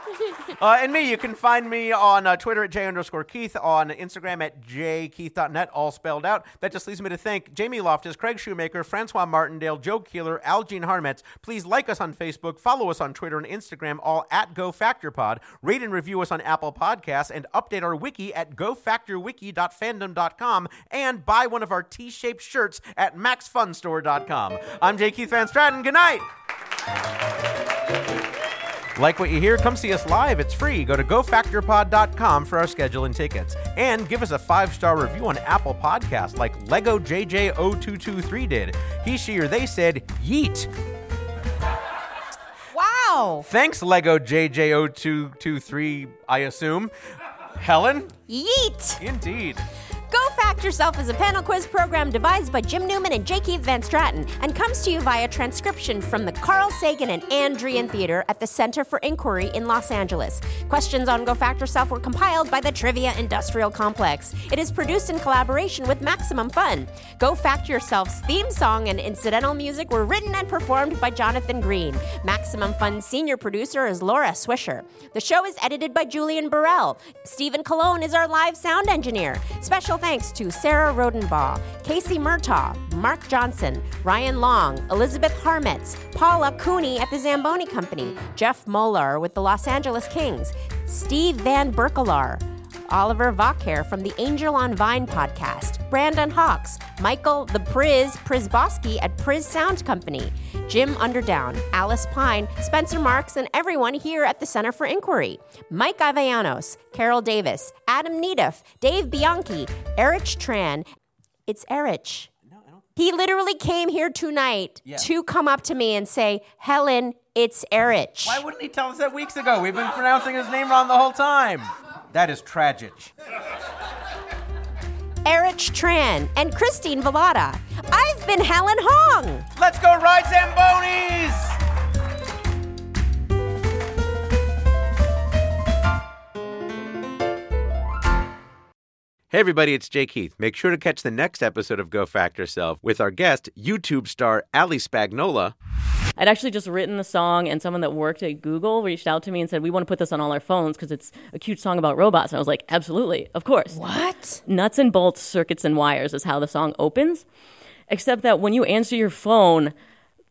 [SPEAKER 2] Uh, and me, you can find me on uh, Twitter at J underscore Keith, on Instagram at jkeith.net, all spelled out. That just leaves me to thank Jamie Loftus, Craig Shoemaker, Francois Martindale, Joe Keeler, Algene Harmetz. Please like us on Facebook, follow us on Twitter and Instagram, all at GoFactorPod. Rate and review us on Apple Podcasts, and update our wiki at gofactorwiki.fandom.com, and buy one of our T-shaped shirts at maxfunstore.com. I'm J. Keith Van Straten. Good night. Like what you hear? Come see us live. It's free. Go to gofactorpod.com for our schedule and tickets. And give us a five star review on Apple Podcasts like Lego JJ0223 did. He, she, or they said, yeet.
[SPEAKER 1] Wow.
[SPEAKER 2] Thanks, Lego JJ0223, I assume. Helen?
[SPEAKER 1] Yeet.
[SPEAKER 2] Indeed.
[SPEAKER 1] Go Protect Yourself is a panel quiz program devised by Jim Newman and J. Keith Van Straten and comes to you via transcription from the Carl Sagan and Andrian Theater at the Center for Inquiry in Los Angeles. Questions on Go Fact Yourself were compiled by the Trivia Industrial Complex. It is produced in collaboration with Maximum Fun. Go Fact Yourself's theme song and incidental music were written and performed by Jonathan Green. Maximum Fun's senior producer is Laura Swisher. The show is edited by Julian Burrell. Stephen Colon is our live sound engineer. Special thanks to Sarah Rodenbaugh, Casey Murtaugh, Mark Johnson, Ryan Long, Elizabeth Harmetz, Paula Cooney at the Zamboni Company, Jeff Moeller with the Los Angeles Kings, Steve Van Berkelar, Oliver Vacare from the Angel on Vine podcast, Brandon Hawks, Michael the Priz Prizboski at Priz Sound Company, Jim Underdown, Alice Pine, Spencer Marks, and everyone here at the Center for Inquiry. Mike Avellanos, Carol Davis, Adam Needoff, Dave Bianchi, Erich Tran. It's Erich. He literally came here tonight
[SPEAKER 2] Yeah.
[SPEAKER 1] to come up to me and say, Helen, it's Erich.
[SPEAKER 2] Why wouldn't he tell us that weeks ago? We've been pronouncing his name wrong the whole time. That is tragic.
[SPEAKER 1] Erich Tran, and Christine Velada. I've been Helen Hong.
[SPEAKER 2] Let's go ride Zambonis!
[SPEAKER 13] Hey everybody, it's Jake Heath. Make sure to catch the next episode of Go Fact Yourself with our guest, YouTube star Ali Spagnola.
[SPEAKER 15] I'd actually just written the song, and someone that worked at Google reached out to me and said, We want to put this on all our phones because it's a cute song about robots. And I was like, Absolutely, of course. What? Nuts and bolts, circuits and wires is how the song opens. Except that when you answer your phone,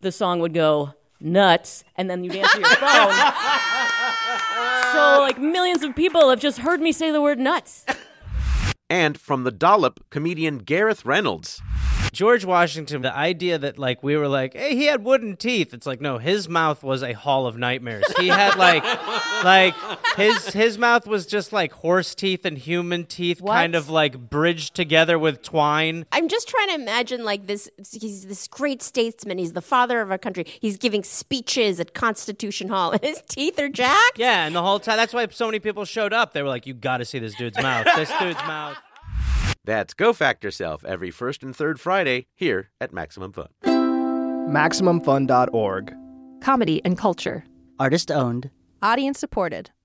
[SPEAKER 15] the song would go nuts, and then you'd answer your phone. So, like, millions of people have just heard me say the word nuts.
[SPEAKER 13] And from the dollop, comedian Gareth Reynolds.
[SPEAKER 16] George Washington, the idea that like we were like, hey, he had wooden teeth. It's like no, his mouth was a hall of nightmares. He had like, like his his mouth was just like horse teeth and human teeth, kind of like bridged together with twine.
[SPEAKER 1] I'm just trying to imagine like this he's this great statesman, he's the father of our country. He's giving speeches at Constitution Hall and his teeth are jacked.
[SPEAKER 16] Yeah, and the whole time that's why so many people showed up. They were like, you got to see this dude's mouth. This dude's mouth.
[SPEAKER 13] That's Go Fact Yourself every first and third Friday here at Maximum Fun.
[SPEAKER 17] MaximumFun.org.
[SPEAKER 18] Comedy and culture.
[SPEAKER 17] Artist owned.
[SPEAKER 18] Audience supported.